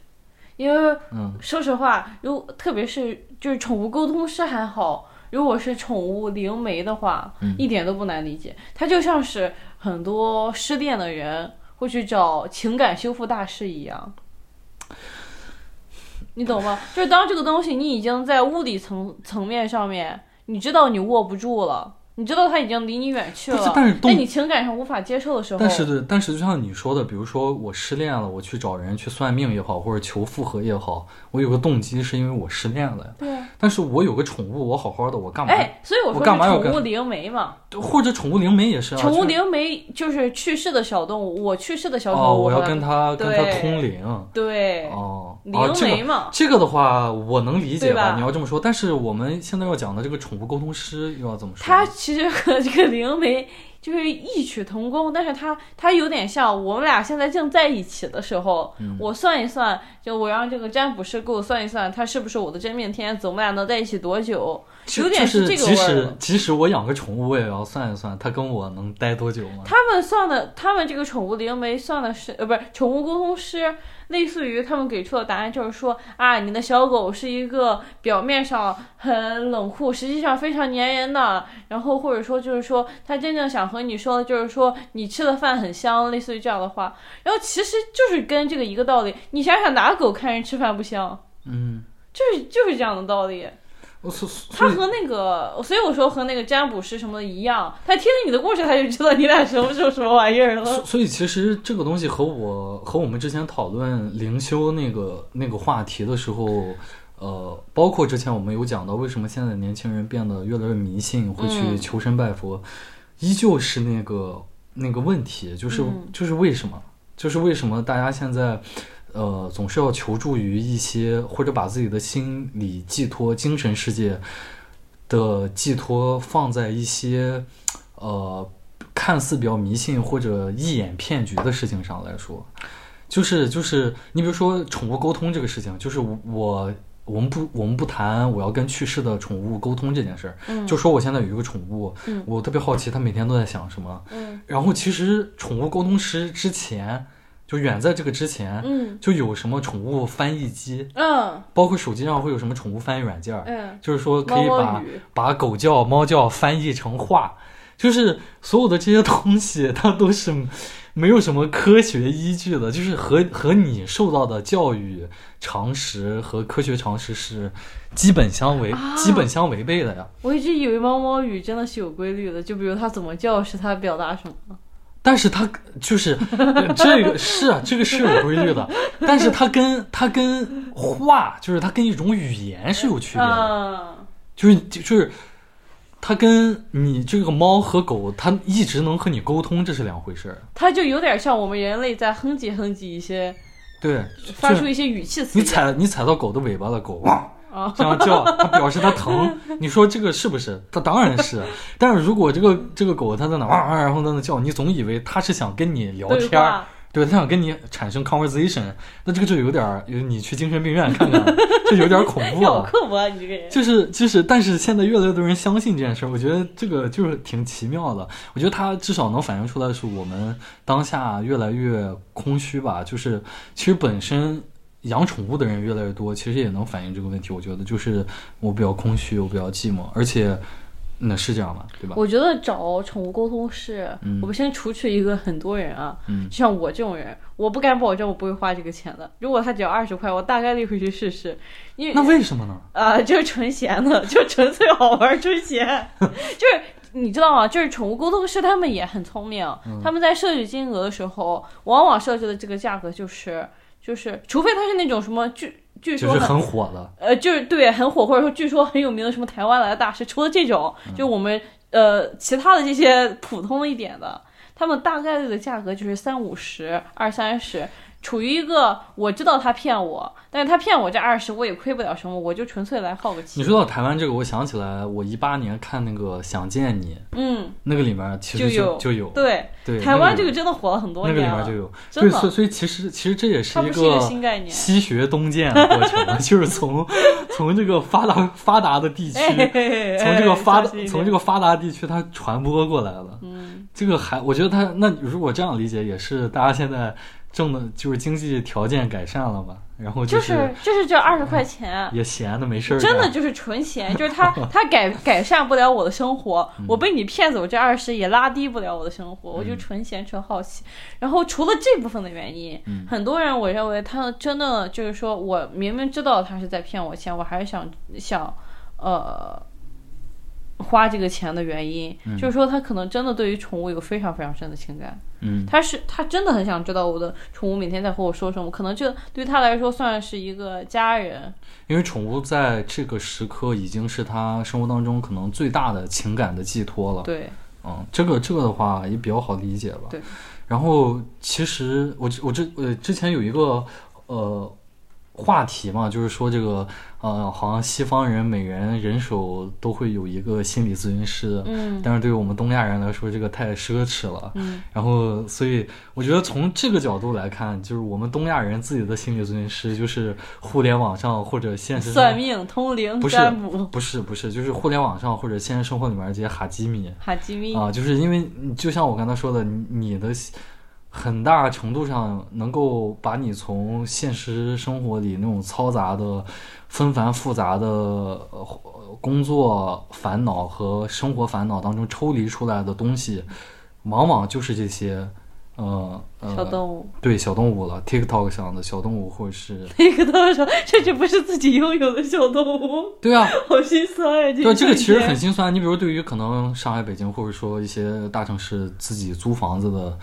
S2: 因为
S1: 嗯
S2: 说实话，如特别是就是宠物沟通师还好，如果是宠物灵媒的话，
S1: 嗯
S2: 一点都不难理解。它就像是很多失恋的人会去找情感修复大师一样。你懂吗？就是当这个东西你已经在物理层层面上面，你知道你握不住了，你知道它已经离你远去
S1: 不是
S2: 了，
S1: 但是动
S2: 你情感上无法接受的时候，
S1: 但是但是就像你说的，比如说我失恋了，我去找人去算命也好，或者求复合也好，我有个动机是因为我失恋了呀。
S2: 对啊，
S1: 但是我有个宠物，我好好的，我干嘛？
S2: 哎，所以我
S1: 我
S2: 说
S1: 干嘛要
S2: 是
S1: 跟
S2: 宠物灵媒嘛，
S1: 或者宠物灵媒也是啊，
S2: 宠
S1: 就
S2: 物
S1: 是
S2: 灵媒就是去世的小动物，我去世的小
S1: 哦，
S2: 宠物，
S1: 我要跟它跟它
S2: 对
S1: 通灵。
S2: 对、
S1: 哦，
S2: 灵
S1: 啊，这
S2: 媒
S1: 个
S2: 嘛，
S1: 这个的话，我能理解
S2: 对
S1: 吧？
S2: 吧
S1: 你要这么说，但是我们现在要讲的这个宠物沟通师又要怎么说
S2: 它
S1: 呢？
S2: 其实和这个灵媒就是异曲同工，但是它它有点像我们俩现在正在一起的时候，
S1: 嗯
S2: 我算一算，就我让这个占卜师给我算一算，他是不是我的真命天子，我们俩能在一起多久？
S1: 就
S2: 有点
S1: 就是
S2: 这个
S1: 即
S2: 味儿
S1: 使
S2: 了。
S1: 即使我养个宠物，我也要算一算，它跟我能待多久嘛？
S2: 他们算的，他们这个宠物灵媒算的是，呃，不是宠物沟通师，类似于他们给出的答案就是说啊，你的小狗是一个表面上很冷酷，实际上非常粘人的，然后或者说就是说它真正想和和你说的就是说你吃的饭很香，类似于这样的话，然后其实就是跟这个一个道理。你想想，哪个狗看人吃饭不香？
S1: 嗯，
S2: 就是就是这样的道理。
S1: 我所
S2: 他
S1: 所以
S2: 和那个，所以我说和那个占卜师什么的一样，他听了你的故事，他就知道你俩什么时候什么玩意儿了。
S1: 所所以其实这个东西和我和我们之前讨论灵修那个那个话题的时候，呃，包括之前我们有讲到为什么现在年轻人变得越来越迷信，会去
S2: 嗯
S1: 求神拜佛，依旧是那个那个问题，就是、
S2: 嗯
S1: 就是为什么，就是为什么大家现在。呃，总是要求助于一些或者把自己的心理寄托、精神世界的寄托放在一些呃看似比较迷信或者一眼骗局的事情上来说，就是就是你比如说宠物沟通这个事情，就是我我们不我们不谈我要跟去世的宠物沟通这件事儿，
S2: 嗯
S1: 就说我现在有一个宠物，
S2: 嗯
S1: 我特别好奇它每天都在想什么，
S2: 嗯
S1: 然后其实宠物沟通师之前就远在这个之前。
S2: 嗯
S1: 就有什么宠物翻译机，
S2: 嗯
S1: 包括手机上会有什么宠物翻译软件儿，
S2: 嗯，
S1: 就是说可
S2: 猫
S1: 以
S2: 猫
S1: 把
S2: 语，
S1: 把狗叫、猫叫翻译成话，就是所有的这些东西，它都是没有什么科学依据的，就是和和你受到的教育常识和科学常识是基本相违、
S2: 啊
S1: 基本相违背的呀。
S2: 我一直以为猫猫语真的是有规律的，就比如它怎么叫是它表达什么。
S1: 但是它就是 这个是啊，这个是有规律的，但是它跟它跟话，就是它跟一种语言是有区别的。
S2: 嗯
S1: 就是就是，它跟你这个猫和狗，它一直能和你沟通，这是两回事儿。
S2: 它就有点像我们人类在哼唧哼唧一些，
S1: 对，
S2: 发
S1: 就是
S2: 出一些语气词
S1: 你
S2: 一样。
S1: 踩你踩到狗的尾巴了，狗汪
S2: 啊
S1: 这样叫，它表示它 疼。你说这个是不是？它当然是。啊但是如果这个这个狗它在那汪汪，然后在那叫，你总以为它是想跟你聊
S2: 对
S1: 天儿，
S2: 话，
S1: 对，它想跟你产生 conversation，那这个就有点儿，有你去精神病院看看，这有点儿恐怖了。
S2: 好刻薄啊！你这个人。
S1: 就是就是，但是现在越来越多人相信这件事儿，我觉得这个就是挺奇妙的。我觉得它至少能反映出来是我们当下越来越空虚吧。就是其实本身养宠物的人越来越多，其实也能反映这个问题。我觉得就是我比较空虚，我比较寂寞，而且那是这样吧，对吧？
S2: 我觉得找宠物沟通师，
S1: 嗯
S2: 我们先除去一个很多人啊，
S1: 嗯
S2: 就像我这种人，我不敢保证我不会花这个钱的。如果他只要二十块，我大概率会去试试，因为
S1: 那为什么呢？
S2: 啊，就是纯闲的，就纯粹好玩儿纯 闲，就是。你知道吗？就是宠物沟通师，他们也很聪明。
S1: 嗯
S2: 他们在设置金额的时候，往往设置的这个价格就是就是，除非他是那种什么据据
S1: 就
S2: 说
S1: 是
S2: 很
S1: 很火的，
S2: 呃，就是对很火，或者说据说很有名的什么台湾来的大师，除了这种，
S1: 嗯
S2: 就我们呃其他的这些普通一点的，他们大概率的价格就是三五十、二三十，处于一个我知道他骗我，但是他骗我这二十我也亏不了什么，我就纯粹来好个
S1: 你
S2: 奇。
S1: 说到台湾这个，我想起来我一八年看那个《想见你》，
S2: 嗯，
S1: 那个里面其实
S2: 就有
S1: 就有
S2: 对，
S1: 对
S2: 台湾
S1: 那
S2: 这
S1: 个
S2: 个
S1: 里
S2: 真的火了很多
S1: 那个里
S2: 年
S1: 面
S2: 了
S1: 就，有。
S2: 真
S1: 对，所以
S2: 的，
S1: 所以其实其实这也是
S2: 它
S1: 一
S2: 不是一个新概念。
S1: 西学东渐的过程，啊 就是从从这个发达发达的地区，
S2: 哎
S1: 从这个发达从这
S2: 个
S1: 个发达地区它传播过来了。
S2: 嗯
S1: 这个还我觉得它那如果这样理解，也是大家现在挣的就是经济条件改善了嘛，然后
S2: 就是是就是这二十块钱，
S1: 也闲的没事儿干，
S2: 真的就是纯闲，就是 他他改改善不了我的生活，我被你骗走这二十也拉低不了我的生活，我就纯闲纯好奇。然后除了这部分的原因，很多人我认为他真的就是说我明明知道他是在骗我钱，我还是想想呃。花这个钱的原因，就是说他可能真的对于宠物有非常非常深的情感，
S1: 嗯
S2: 他是他真的很想知道我的宠物每天在和我说什么，可能这对他来说算是一个家人，
S1: 因为宠物在这个时刻已经是它生活当中可能最大的情感的寄托了。
S2: 对，
S1: 嗯，这个这个的话也比较好理解吧。
S2: 对。
S1: 然后其实我之我之呃之前有一个呃话题嘛，就是说这个呃好像西方人每人人手都会有一个心理咨询师，
S2: 嗯
S1: 但是对于我们东亚人来说这个太奢侈了。
S2: 嗯。
S1: 然后，所以我觉得从这个角度来看，就是我们东亚人自己的心理咨询师，就是互联网上或者现实
S2: 算
S1: 上，
S2: 命、通灵、
S1: 不是
S2: 占卜、
S1: 不是不是，就是互联网上或者现实生活里面这些哈基米，
S2: 哈基米，
S1: 啊，就是因为你就像我刚才说的，你你的喜很大程度上能够把你从现实生活里那种嘈杂的、纷繁复杂的呃工作烦恼和生活烦恼当中抽离出来的东西，往往就是这些，呃呃，
S2: 小动物，
S1: 对小动物了，TikTok 上的小动物，或者是
S2: 那个到时候甚至不是自己拥有的小动物，
S1: 对啊，
S2: 好心酸呀！
S1: 对啊，这个
S2: 瞬
S1: 其实
S2: 间
S1: 很心酸。你比如对于可能上海、北京，或者说一些大城市自己租房子的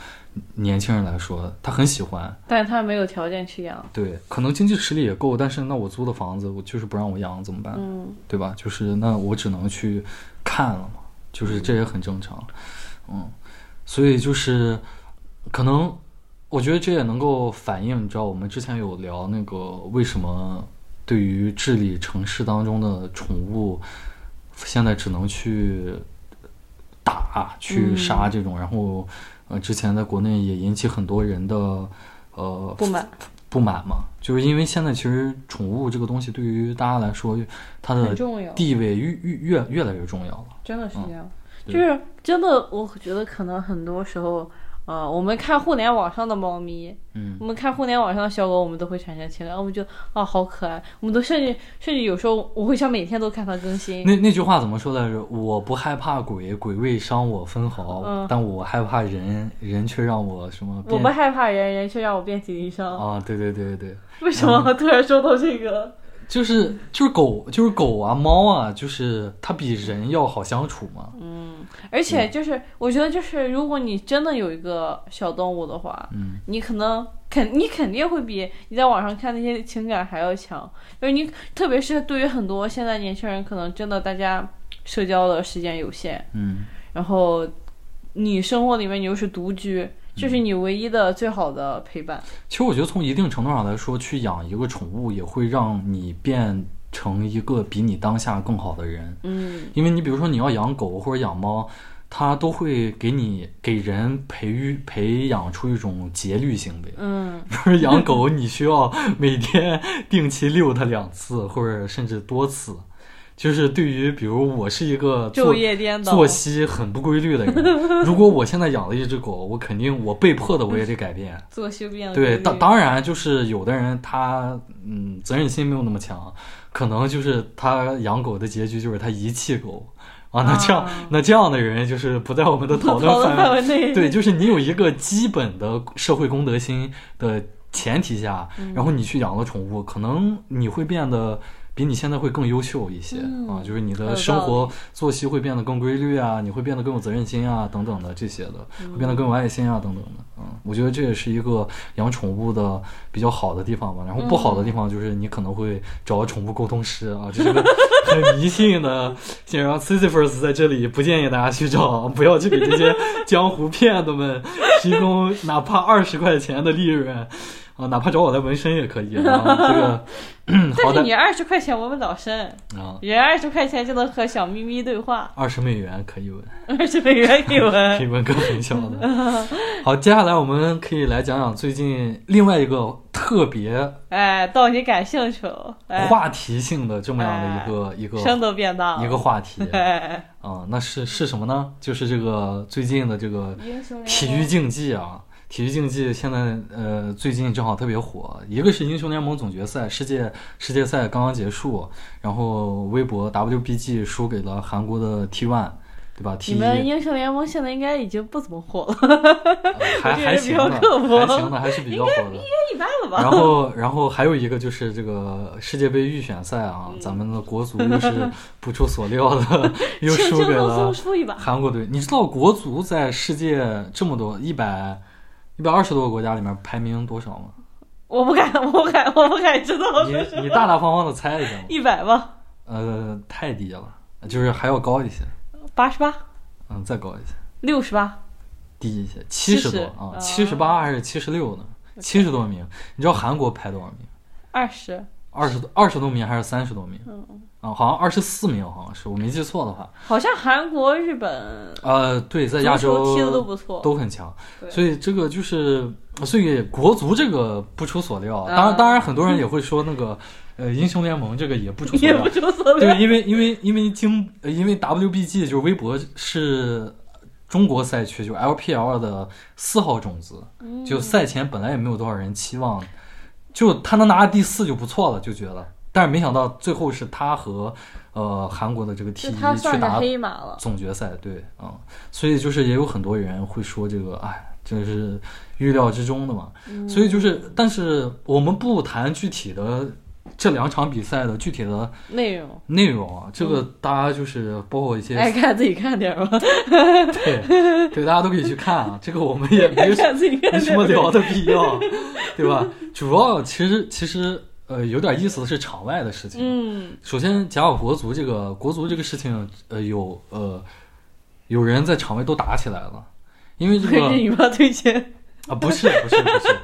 S1: 年轻人来说，他很喜欢，
S2: 但他没有条件去养。
S1: 对，可能经济实力也够，但是那我租的房子，我就是不让我养，怎么办？
S2: 嗯，
S1: 对吧？就是那我只能去看了嘛，就是这也很正常，嗯，所以就是可能我觉得这也能够反映，你知道我们之前有聊那个为什么对于治理城市当中的宠物，现在只能去打去杀这种，然后呃之前在国内也引起很多人的呃
S2: 不满
S1: 不满嘛，就是因为现在其实宠物这个东西对于大家来说，它
S2: 很
S1: 的
S2: 重要，
S1: 嗯地位越越越越来越重要了。
S2: 真的是这样。
S1: 对
S2: 就是真的，我觉得可能很多时候，呃，我们看互联网上的猫咪，
S1: 嗯，
S2: 我们看互联网上的小狗，我们都会产生情感，我们就啊好可爱，我们都甚至甚至有时候我会想每天都看它更新。
S1: 那那句话怎么说来着？我不害怕鬼，鬼未伤我分毫，
S2: 嗯
S1: 但我害怕人，人却让我什么
S2: 我
S1: 变
S2: 不害怕人，人却让我遍体鳞伤。
S1: 啊？对对对对对，
S2: 为什么突然说到这个？
S1: 就是就是狗就是狗啊猫啊，就是它比人要好相处嘛。
S2: 嗯而且就是，我觉得就是，如果你真的有一个小动物的话，
S1: 嗯，
S2: 你可能肯你肯定会比你在网上看那些情感还要强，就是你特别是对于很多现在年轻人，可能真的大家社交的时间有限，
S1: 嗯
S2: 然后你生活里面你又是独居，这
S1: 嗯
S2: 是你唯一的最好的陪伴。
S1: 其实我觉得从一定程度上来说，去养一个宠物也会让你变成一个比你当下更好的人。
S2: 嗯，
S1: 因为你比如说你要养狗或者养猫，它都会给你给人培育培养出一种节律行 为。
S2: 嗯，
S1: 不是养狗，你需要每天定期遛它两次或者甚至多次。就是对于比如我是一个
S2: 昼
S1: 作
S2: 夜颠倒，
S1: 作息很不规律的人，如果我现在养了一只狗，我肯定我被迫的我也得改变。
S2: 作息变得
S1: 对，
S2: 规律
S1: 当当然就是有的人他嗯责任心没有那么强，可能就是他养狗的结局就是他遗弃狗啊。那这样、
S2: 啊
S1: 那这样的人就是不在我们的讨
S2: 讨
S1: 论
S2: 论
S1: 范
S2: 范
S1: 围。
S2: 围内，
S1: 对，就是你有一个基本的社会公德心的前提下，
S2: 嗯
S1: 然后你去养了宠物，可能你会变得。比你现在会更优秀一些、
S2: 嗯
S1: 啊，就是你
S2: 很
S1: 的
S2: 有
S1: 生
S2: 道
S1: 活作息会变得更规律啊，你会变得更有责任心啊，等等的这些的，
S2: 嗯
S1: 会变得更有爱心啊，等等的。嗯，我觉得这也是一个养宠物的比较好的地方吧。然后不好的地方就是你可能会找宠物沟通师啊，这是个很迷信的。然后 Sisyphus 在这里不建议大家去找，啊 不要去给这些江湖骗子们提供哪怕二十块钱的利润啊，哪怕找我来纹身也可以啊。这个好
S2: 但是
S1: 歹
S2: 你二十块钱纹不了身，
S1: 啊，
S2: 人二十块钱就能和小咪咪对话，
S1: 二十美元可以纹。
S2: 二十美元一
S1: 可 以
S2: 纹。
S1: 问个很小的。好，接下来我们可以来讲讲最近另外一个特别
S2: 哎，到你感兴趣了，哎，
S1: 话题性的这么样的一个、一个
S2: 声都变大了。
S1: 一个话题啊、
S2: 哎，
S1: 那是是什么呢？就是这个最近的这个
S2: 英雄联
S1: 体育竞技啊。体育竞技现在呃最近正好特别火，一个是英雄联盟总决赛，世界世界赛刚刚结束，然后微博 WBG 输给了韩国的 T1，对吧？T
S2: 你
S1: 一
S2: 们英雄联盟现在应该已经不怎么火了，
S1: 还呃
S2: 这个
S1: 还
S2: 人比
S1: 行
S2: 较
S1: 的，
S2: 刻
S1: 还
S2: 薄
S1: 行的，还是比较火的。
S2: 一般
S1: 然
S2: 了吧？
S1: 后， 然后还有一个就是这个世界杯预选赛啊，咱们的国足又是不出所料 的，又
S2: 轻
S1: 输
S2: 轻
S1: 给
S2: 松
S1: 了
S2: 松输一把，
S1: 韩国队。你知道国足在世界这么多一百一百二十多个国家里面排名多少 吗？
S2: 我不敢，我不敢，我不敢知道。
S1: 你你大大方方的猜一下嘛。
S2: 一百吧，
S1: 呃，太低了，就是还要高一些，
S2: 八十八，
S1: 嗯，再高一些，
S2: 六十八，
S1: 低一些，七十多啊，七十八还是七十六呢？七十多名，你知道韩国排多少名？
S2: 二十，
S1: 二十二十多名还是三十多名？
S2: 嗯
S1: 啊，好像二十四名，好像是我没记错的话。
S2: 好像韩国、日本
S1: 呃，对，在
S2: 足
S1: 亚
S2: 球
S1: 洲
S2: 踢的都不错，
S1: 都很强，
S2: 对
S1: 所以这个就是，所以国足这个不出所料。啊
S2: 嗯
S1: 当然，当然很多 人也会说那个，呃，英雄联盟这个也不出所
S2: 也
S1: 料啊
S2: 不。出 所料。
S1: 对，因为因为因为经呃因为 WBG 就是微博是中国赛区，就是 LPL 的四号种子，
S2: 嗯
S1: 就赛前本来也没有多少人期望，就他能拿第四就不错了，就觉得但是没想到最后是他和呃韩国的这个 T
S2: 就
S1: 一
S2: 他
S1: 去
S2: 算是
S1: 打
S2: 黑马了。
S1: 总决赛，对，嗯，所以就是也有很多人会说这个，哎，这是预料之中的嘛。
S2: 嗯
S1: 所以就是，但是我们不谈具体的这两场比赛的具体的
S2: 内容
S1: 内容啊，这个大家就是包括一些、
S2: 爱看自己看点儿吧，
S1: 对对，大家都可以去看啊。这个我们 也没
S2: 爱
S1: 什
S2: 看自己
S1: 没
S2: 看点
S1: 什么
S2: 儿。
S1: 聊的必要，对吧？主要其实其实呃有点意思的是场外的事情，
S2: 嗯，
S1: 首先，贾尔国足这个国足这个事情，呃，有呃，有人在场外都打起来了，因为这
S2: 会日
S1: 个
S2: 语吗？推荐
S1: 啊，不是不是不是，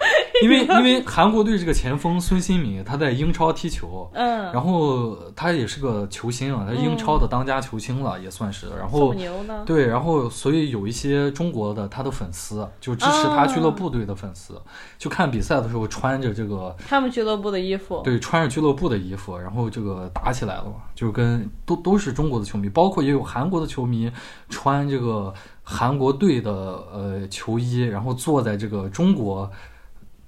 S1: 因为因为韩国队这个前锋孙兴民他在英超踢球，
S2: 嗯，
S1: 然后他也是个球星啊，他英超的当家球星了，也算是，然后
S2: 这么。牛呢？
S1: 对，然后所以有一些中国的他的粉丝，就支持他
S2: 啊
S1: 俱乐部队的粉丝，就看比赛的时候穿着这个
S2: 他们俱乐部的衣服，
S1: 对，穿着俱乐部的衣服，然后这个打起来了嘛，就是跟都都是中国的球迷，包括也有韩国的球迷穿这个韩国队的呃球衣，然后坐在这个中国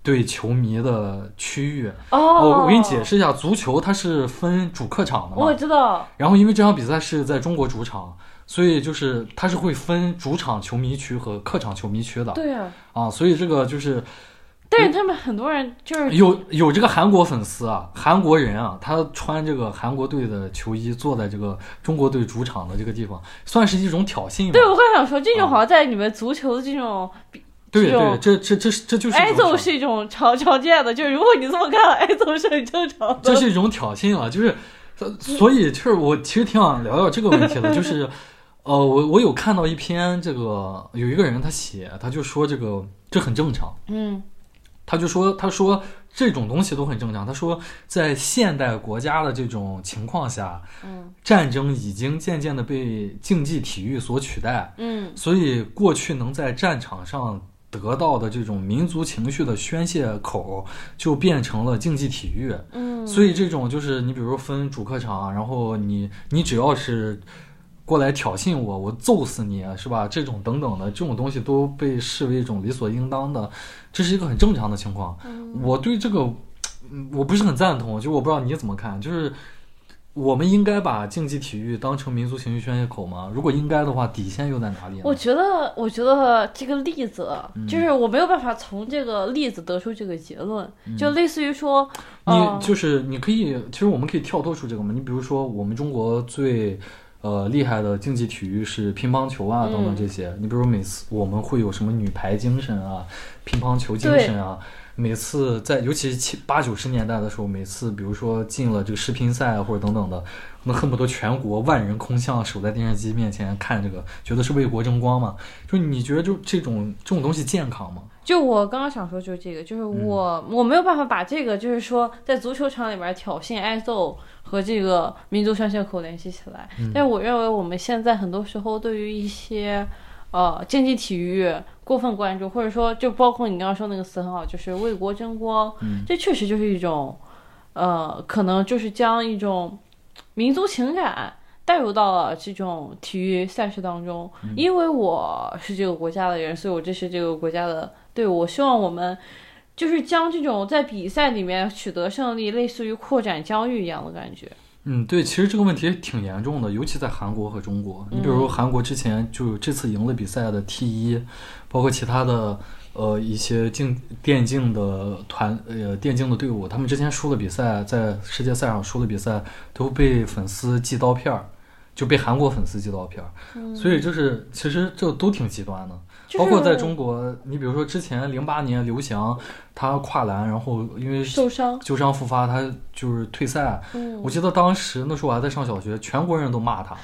S1: 队球迷的区域。
S2: 哦，
S1: 我给你解，释一啊下，足球它是分主客场的
S2: 我
S1: 嘛，
S2: 知道，
S1: 然后因为这场比赛是在中国主场，所以就是它是会分主场球迷区和客场球迷区的
S2: 对啊，
S1: 啊，所以这个就是
S2: 但是他们很多人就是
S1: 有有这个韩国粉丝啊，韩国人啊，他穿这个韩国队的球衣，坐在这个中国队主场的这个地方，算是一种挑衅
S2: 对，
S1: 吧。
S2: 我刚想说，
S1: 啊
S2: 这种好像在你们足球的这种
S1: 对
S2: 这
S1: 对，
S2: 种
S1: 这这这是这就是一
S2: 挨
S1: 种挑
S2: 揍是一种常常见的，就是如果你这么干，挨揍是很正常
S1: 这
S2: 的。
S1: 是一种挑衅啊，就是，呃所以就是我其实挺想聊聊这个问题的，就是，呃，我我有看到一篇这个有一个人他写，他就说这个这很正常，
S2: 嗯，
S1: 他就说他说这种东西都很正常，他说在现代国家的这种情况下，
S2: 嗯
S1: 战争已经渐渐的被竞技体育所取代，
S2: 嗯
S1: 所以过去能在战场上得到的这种民族情绪的宣泄口，就变成了竞技体育。
S2: 嗯，
S1: 所以这种就是你比如说分主客场，啊然后你你只要是过来挑衅我，我揍死你，啊是吧？这种等等的这种东西都被视为一种理所应当的，这是一个很正常的情况。我对这个，嗯我不是很赞同，就是我不知道你怎么看，就是。我们应该把竞技体育当成民族情绪宣泄口吗？如果应该的话，底线又在哪里呢？
S2: 我觉得，我觉得这个例子啊，
S1: 嗯
S2: 就是我没有办法从这个例子得出这个结论，
S1: 嗯
S2: 就类似于说，呃
S1: 你就是你可以，其实我们可以跳脱出这个嘛。你比如说，我们中国最呃厉害的竞技体育是乒乓球啊等等这些。你比如每次我们会有什么女排精神啊、乒乓球精神啊。每次在，尤其是七八九十年代的时候，每次比如说进了这个世乒赛啊或者等等的，那恨不得全国万人空巷，守在电视机面前看这个，觉得是为国争光嘛。就你觉得就这种这种东西健康吗？
S2: 就我刚刚想说就是这个，就是我、我没有办法把这个就是说在足球场里边挑衅、挨揍和这个民族宣泄口联系起来，但是我认为我们现在很多时候对于一些呃竞技体育过分关注，或者说就包括你刚刚说那个词很好，就是为国争光，这确实就是一种呃，可能就是将一种民族情感带入到了这种体育赛事当中。因为我是这个国家的人，所以我支持这个国家的队伍。我希望我们就是将这种在比赛里面取得胜利，类似于扩展疆域一样的感觉。
S1: 嗯，对，其实这个问题挺严重的，尤其在韩国和中国。你比
S2: 嗯
S1: 如说韩国之前就这次赢了比赛的 T 一，包括其他的呃一些竞电竞的团呃电竞的队伍，他们之前输了比赛，在世界赛上输了比赛，都被粉丝寄刀片儿，就被韩国粉丝寄刀片儿。所以就是其实这都挺极端的。
S2: 嗯就是
S1: 包括在中国，你比如说之前零八年刘翔他跨栏，然后因为
S2: 受伤，
S1: 旧伤复发，他就是退赛。
S2: 嗯，
S1: 我记得当时那时候我还在上小学，全国人都骂他，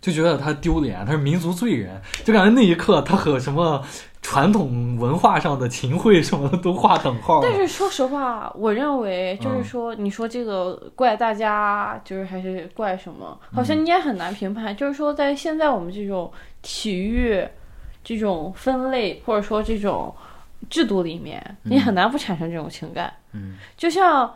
S1: 就觉得他丢脸，他是民族罪人，就感觉那一刻他和什么传统文化上的秦桧什么的都划等号了。
S2: 但是说实话，我认为
S1: 嗯
S2: 就是说，你说这个怪大家，就是还是怪什么，好
S1: 嗯
S2: 像你也很难评判。就是说，在现在我们这种体育这种分类或者说这种制度里面，你很难不产生这种情感。
S1: 嗯，
S2: 就像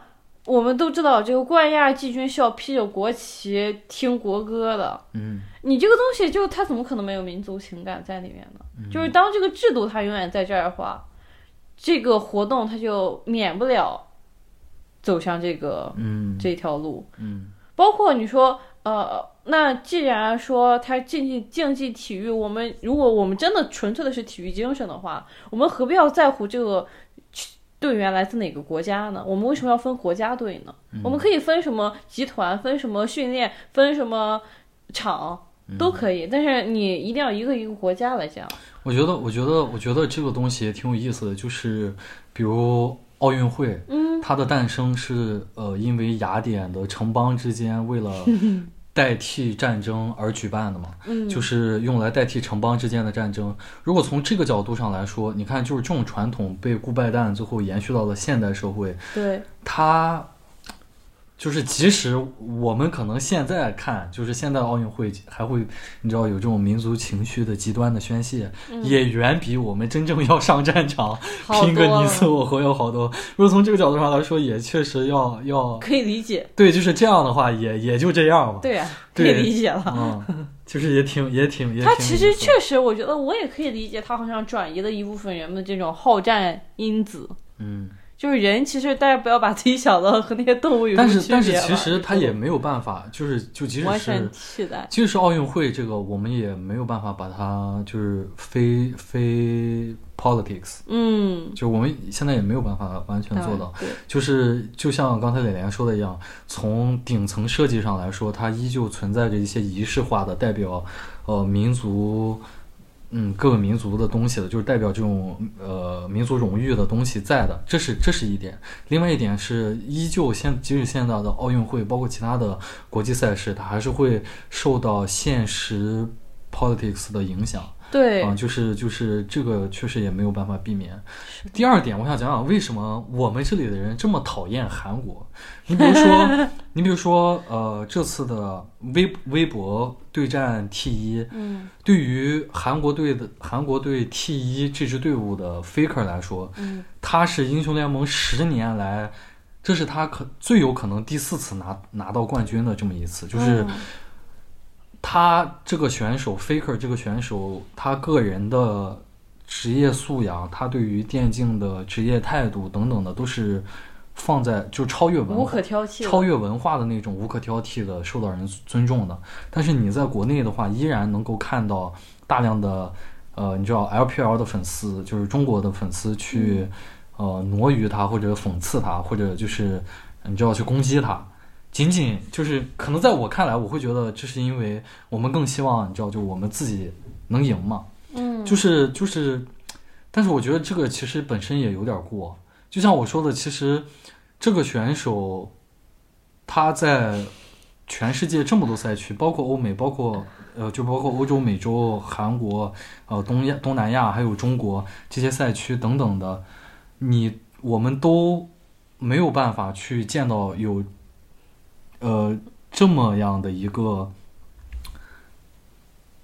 S2: 我们都知道，这个冠亚季军是要披着国旗听国歌的。
S1: 嗯，
S2: 你这个东西，就它怎么可能没有民族情感在里面呢？就是当这个制度它永远在这儿的话，这个活动它就免不了走向这个
S1: 嗯
S2: 这条路。
S1: 嗯
S2: 包括你说，呃，那既然说它竞技竞技体育，我们如果我们真的纯粹的是体育精神的话，我们何必要在乎这个队员来自哪个国家呢？我们为什么要分国家队呢？
S1: 嗯
S2: 我们可以分什么集团，分什么训练，分什么场
S1: 嗯
S2: 都可以，但是你一定要一个一个国家来 讲。
S1: 我觉得，我觉得，我觉得这个东西也挺有意思的，就是比如奥运会，
S2: 嗯，
S1: 它的诞生是呃，因为雅典的城邦之间为 了代替战争而举办的嘛，
S2: 嗯
S1: 就是用来代替城邦之间的战争。如果从这个角度上来说，你看，就是这种传统被顾拜旦最后延续到了现代社会，
S2: 对，
S1: 它就是即使我们可能现在看，就是现在的奥运会还会，你知道有这种民族情绪的极端的宣泄，也远比我们真正要上战场
S2: 嗯好
S1: 拼个
S2: 多
S1: 你
S2: 了
S1: 死我活要好多。如果从这个角度上来说，也确实要要
S2: 可以理解，
S1: 对，就是这样的话，也也就这样吧。
S2: 对啊，可
S1: 对
S2: 以理解了。
S1: 嗯，就是也挺也挺也挺有意思。
S2: 他其实确实，我觉得我也可以理解，他好像转移了一部分人们这种好战因子。
S1: 嗯，
S2: 就是人，其实大家不要把自己想的和那些动物有什
S1: 但
S2: 么
S1: 是
S2: 区别
S1: 但
S2: 吧
S1: 是其实他也
S2: 就
S1: 没有办法，就是就即使
S2: 完
S1: 是
S2: 全替代。
S1: 即使是奥运会这个，我们也没有办法把它就是非非 politics，
S2: 嗯，
S1: 就我们现在也没有办法完全做到。
S2: 对。
S1: 就是就像刚才磊莲说的一样，从顶层设计上来说，它依旧存在着一些仪式化的代表，呃，民族，嗯，各个民族的东西的，就是代表这种呃民族荣誉的东西在的，这是这是一点。另外一点是，依旧现即使现在的奥运会，包括其他的国际赛事，它还是会受到现实 politics 的影响。
S2: 对，
S1: 啊，就是就是这个确实也没有办法避免。第二点，我想讲讲为什么我们这里的人这么讨厌韩国。你比如说，你比如说，呃，这次的微微博对战 T 一，
S2: 嗯
S1: 对于韩国队的韩国队 T 一这支队伍的 Faker 来说，
S2: 嗯，
S1: 他是英雄联盟十年来，这是他可最有可能第四次拿拿到冠军的这么一次，就是。
S2: 嗯
S1: 他这个选手 Faker 这个选手，他个人的职业素养，他对于电竞的职业态度等等的，都是放在就超越文
S2: 无
S1: 化
S2: 可挑剔了。
S1: 超越文化的那种无可挑剔的、受到人尊重的。但是你在国内的话，依然能够看到大量的呃，你知道 LPL 的粉丝，就是中国的粉丝去、呃挪于他，或者讽刺他，或者就是你知道去攻击他。仅仅就是可能在我看来，我会觉得这是因为我们更希望你知道，就我们自己能赢嘛。
S2: 嗯，
S1: 就是就是，但是我觉得这个其实本身也有点过。就像我说的，其实这个选手他在全世界这么多赛区，包括欧美，包括呃，就包括欧洲、美洲、韩国、呃东亚、东南亚，还有中国这些赛区等等的，你我们都没有办法去见到有呃这么样的一个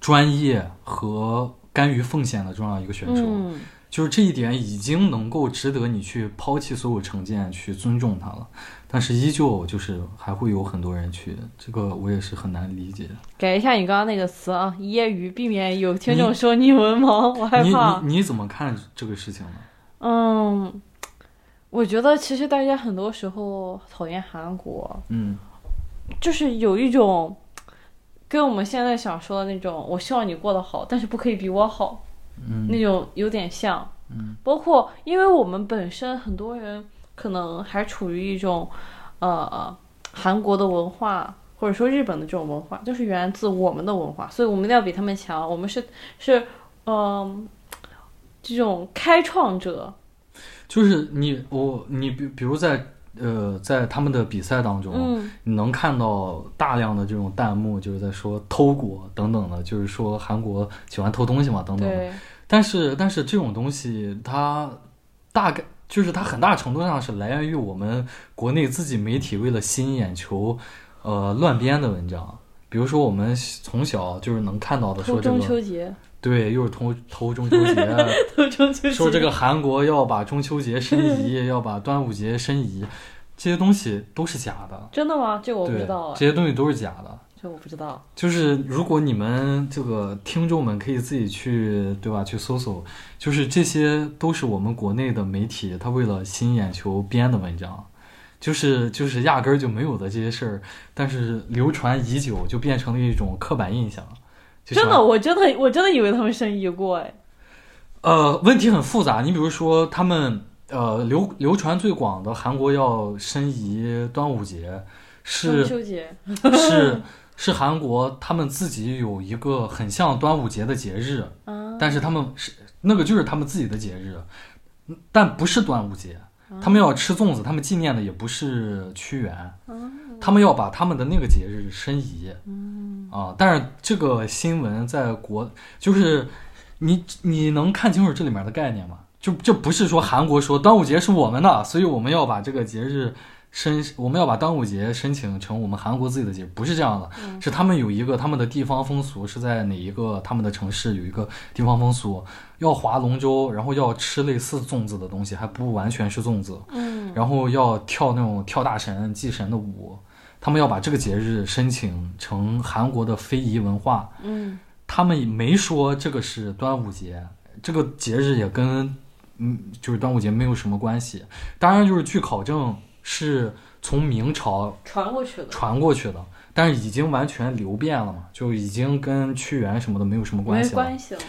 S1: 专业和甘于奉献的这样一个选手。
S2: 嗯，
S1: 就是这一点已经能够值得你去抛弃所有成见，去尊重他了。但是依旧就是还会有很多人去，这个我也是很难理解。
S2: 改一下你刚刚那个词啊，业余，避免有听众说你文盲，我害
S1: 你
S2: 怕。
S1: 你你怎么看这个事情呢？
S2: 嗯，我觉得其实大家很多时候讨厌韩国，
S1: 嗯
S2: 就是有一种跟我们现在想说的那种，我希望你过得好，但是不可以比我好，
S1: 嗯
S2: 那种有点像。
S1: 嗯，
S2: 包括因为我们本身很多人可能还处于一种，呃，韩国的文化。或者说日本的这种文化，就是源自我们的文化，所以我们一定要比他们强。我们是是，嗯、这种开创者，
S1: 就是你我你比比如在呃在他们的比赛当中，啊
S2: 嗯，
S1: 你能看到大量的这种弹幕就是在说偷国等等的，就是说韩国喜欢偷东西嘛等等的。
S2: 对，
S1: 但是，但是这种东西，它大概就是它很大程度上是来源于我们国内自己媒体为了吸引眼球，呃，乱编的文章。比如说，我们从小就是能看到的
S2: 偷
S1: 说这
S2: 中
S1: 个，
S2: 秋节，
S1: 对，又是偷偷中秋节，啊
S2: 偷中秋节，
S1: 说这个韩国要把中秋节申 遗，要把端午节申遗，这些东西都是假的，
S2: 真的吗？这个我不
S1: 对
S2: 知道，啊
S1: 这，些东西都是假的。
S2: 这我不知道。
S1: 就是如果你们这个听众们可以自己去，对吧？去搜搜，就是这些都是我们国内的媒体他为了吸引眼球编的文章，就是就是压根儿就没有的这些事儿，但是流传已久，就变成了一种刻板印象。就像
S2: 真的，我真的我真的以为他们生意过哎，
S1: 呃，问题很复杂。你比如说，他们呃流流传最广的韩国要申遗端午节，
S2: 中
S1: 是
S2: 秋节，
S1: 是是韩国他们自己有一个很像端午节的节日，
S2: 啊，
S1: 但是他们是那个就是他们自己的节日，但不是端午节。他们要吃粽子，他们纪念的也不是屈原，他们要把他们的那个节日申遗。啊，但是这个新闻在国就是你你能看清楚这里面的概念吗？就这不是说韩国说端午节是我们的，所以我们要把这个节日申，我们要把端午节申请成我们韩国自己的节日，不是这样的，是他们有一个他们的地方风俗是在哪一个他们的城市有一个地方风俗，要划龙舟，然后要吃类似粽子的东西，还不完全是粽子，
S2: 嗯，
S1: 然后要跳那种跳大神、祭神的舞，他们要把这个节日申请成韩国的非遗文化。
S2: 嗯，
S1: 他们没说这个是端午节，这个节日也跟嗯就是端午节没有什么关系。当然，就是据考证是从明朝
S2: 传过去的，
S1: 传过去的，但是已经完全流变了嘛，就已经跟屈原什么的没有什么关
S2: 没
S1: 系了。
S2: 关系了，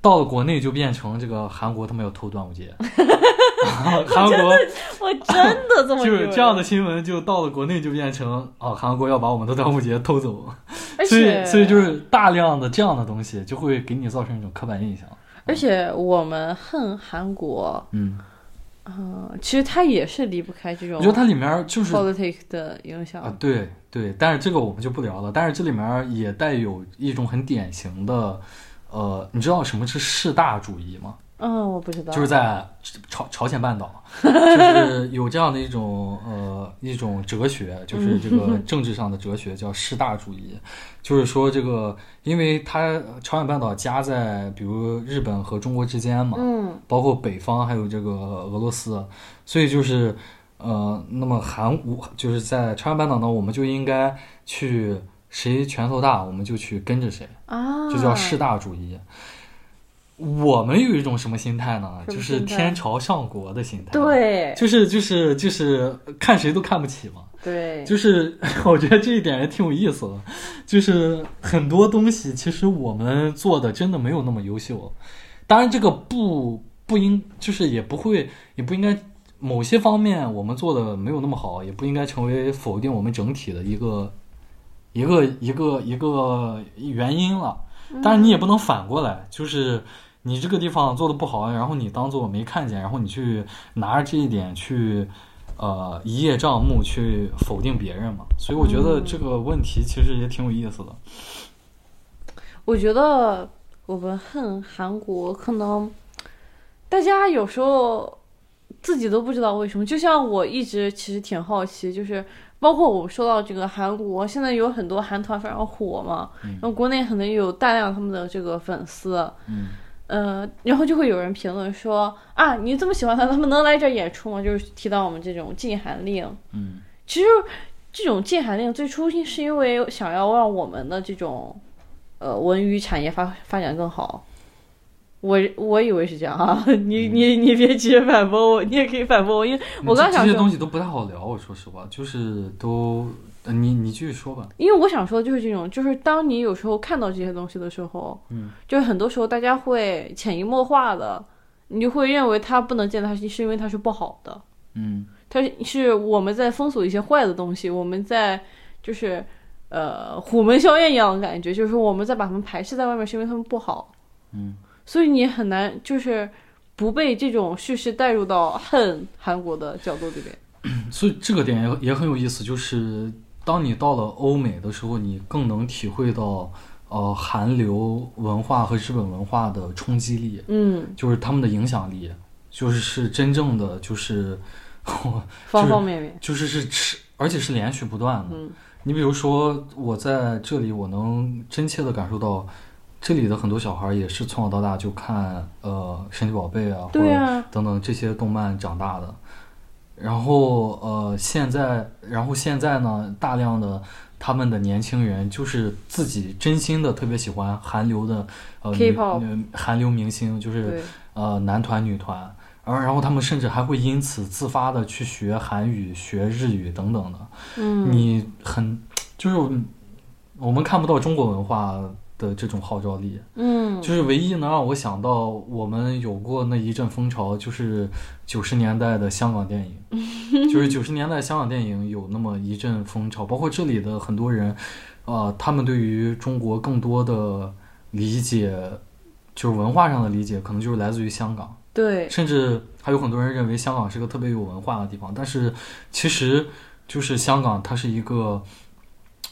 S1: 到了国内就变成这个韩国他们要偷端午 节，韩国。
S2: 我真的这么
S1: 就是
S2: 以为
S1: 这样的，新闻，就到了国内就变成啊，韩国要把我们的端午节偷走，
S2: 而
S1: 所
S2: 且
S1: 以所以就是大量的这样的东西就会给你造成一种刻板印象。
S2: 而且我们恨韩国，
S1: 嗯，
S2: 嗯、其实它也是离不开这
S1: 我
S2: 种
S1: 觉得它里面就是啊、
S2: politics 的影响。
S1: 对对，但是这个我们就不聊了。但是这里面也带有一种很典型的，呃，你知道什么是士大主义吗？
S2: 嗯，我不知道，
S1: 就是在朝朝鲜半岛， 就是有这样的一种呃一种哲学，就是这个政治上的哲学叫士大主义，就是说这个，因为它朝鲜半岛夹在比如日本和中国之间嘛，
S2: 嗯
S1: 包括北方还有这个俄罗斯，所以就是呃，那么韩国就是在朝鲜半岛呢，我们就应该去谁拳头大，我们就去跟着谁。
S2: 啊，
S1: 这叫士大主义。我们有一种什么心态呢？
S2: 什么
S1: 就是
S2: 心态
S1: 天朝上国的心态。，
S2: 对
S1: 就是就是就是看谁都看不起嘛。
S2: 对，
S1: 就是 我觉得这一点也挺有意思的，就是很多东西其实我们做的真的没有那么优秀。当然，这个不不应就是也不会也不应该某些方面我们做的没有那么好，也不应该成为否定我们整体的一个一个一个一个原因了。但是你也不能反过来，就是你这个地方做的不好，然后你当做没看见，然后你去拿着这一点去，呃，一叶障目去否定别人嘛。所以我觉得这个问题其实也挺有意思的。
S2: 我觉得我们恨韩国，可能大家有时候自己都不知道为什么。就像我一直其实挺好奇，就是包括我们说到这个韩国，现在有很多韩团非常火嘛，然后国内可能有大量他们的这个粉丝，
S1: 嗯，
S2: 呃，然后就会有人评论说啊，你这么喜欢他，他们能来这儿演出吗？就是提到我们这种禁韩令，
S1: 嗯，
S2: 其实这种禁韩令最初是因为想要让我们的这种呃文娱产业发发展更好。我我以为是这样啊， 你你你别直接反驳我，你也可以反驳我，因为我刚
S1: 嗯这
S2: 想
S1: 这些
S2: 说，
S1: 东西都不太好聊，我说实话，就是都，呃你你继续说吧。
S2: 因为我想说的就是这种，就是当你有时候看到这些东西的时候，
S1: 嗯，
S2: 就是很多时候大家会潜移默化的，你就会认为它不能见它是是因为它是不好的，
S1: 嗯
S2: 它是我们在封锁一些坏的东西，我们在就是呃虎门销烟一样的感觉，就是我们在把他们排斥在外面，是因为他们不好，
S1: 嗯，
S2: 所以你很难就是不被这种叙事带入到恨韩国的角度里边。
S1: 所以这个点也也很有意思，就是当你到了欧美的时候，你更能体会到。呃，韩流文化和日本文化的冲击力，
S2: 嗯，
S1: 就是他们的影响力，就是是真正的，就是，
S2: 方方面面。
S1: 就是是持，而且是连续不断的。
S2: 嗯
S1: 你比如说，我在这里，我能真切的感受到，这里的很多小孩也是从小到大就看呃《神奇宝贝》啊，或
S2: 对
S1: 者
S2: 啊，
S1: 等等这些动漫长大的。然后呃，现在，然后现在呢，大量的他们的年轻人就是自己真心的特别喜欢韩流的呃女
S2: K-pop
S1: 呃韩流明星，就是
S2: 对，
S1: 呃男团女团，而然后他们甚至还会因此自发的去学韩语、学日语等等的。
S2: 嗯，
S1: 你很就是我们看不到中国文化的这种号召力，
S2: 嗯，
S1: 就是唯一能让我想到我们有过那一阵风潮，就是九十年代的香港电影，就是九十年代香港电影有那么一阵风潮，包括这里的很多人，呃，他们对于中国更多的理解，就是文化上的理解，可能就是来自于香港。
S2: 对，
S1: 甚至还有很多人认为香港是个特别有文化的地方，但是其实就是香港，它是一个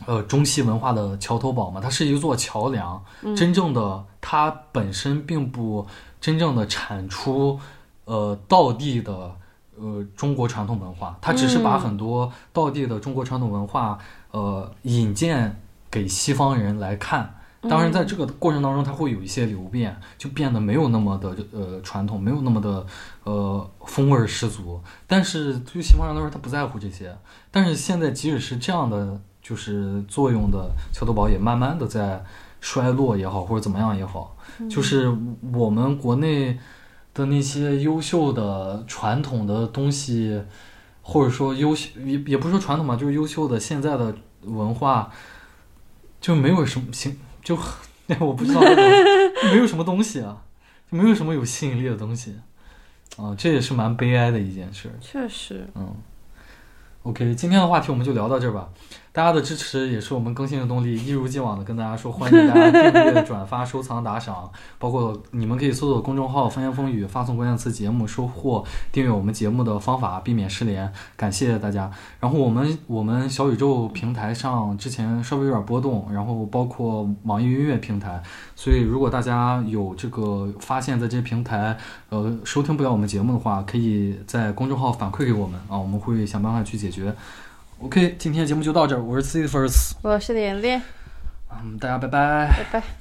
S1: 呃中西文化的桥头堡嘛，它是一座桥梁。
S2: 嗯
S1: 真正的它本身并不真正的产出呃道地的呃中国传统文化，它只是把
S2: 嗯
S1: 很多道地的中国传统文化呃引荐给西方人来看。当然，在这个过程当中，它会有一些流变，就变得没有那么的呃传统，没有那么的呃风味儿十足。但是对于西方人来说，他不在乎这些。但是现在，即使是这样的就是作用的桥头堡，也慢慢的在衰落也好，或者怎么样也好，就是我们国内的那些优秀的传统的东西，或者说优秀也也不是说传统吧，就是优秀的现在的文化，就没有什么形，就 哎我不知道该怎么，没有什么东西啊，就没有什么有吸引力的东西啊，这也是蛮悲哀的一件事。
S2: 确实，
S1: 嗯，OK，今天的话题我们就聊到这儿吧。大家的支持也是我们更新的动力，一如既往的跟大家说，欢迎大家订阅、转发、收藏、打赏，包括你们可以搜索公众号“风言风语”，发送关键词“节目”，收获订阅我们节目的方法，避免失联。感谢大家。然后我们我们小宇宙平台上之前稍微有点波动，然后包括网易云音乐平台，所以如果大家有这个发现，在这些平台呃收听不了我们节目的话，可以在公众号反馈给我们啊，我们会想办法去解决。OK，今天节目就到这儿，我是 c i p h e r s
S2: 我是连连，
S1: 嗯，大家拜拜。
S2: 拜拜。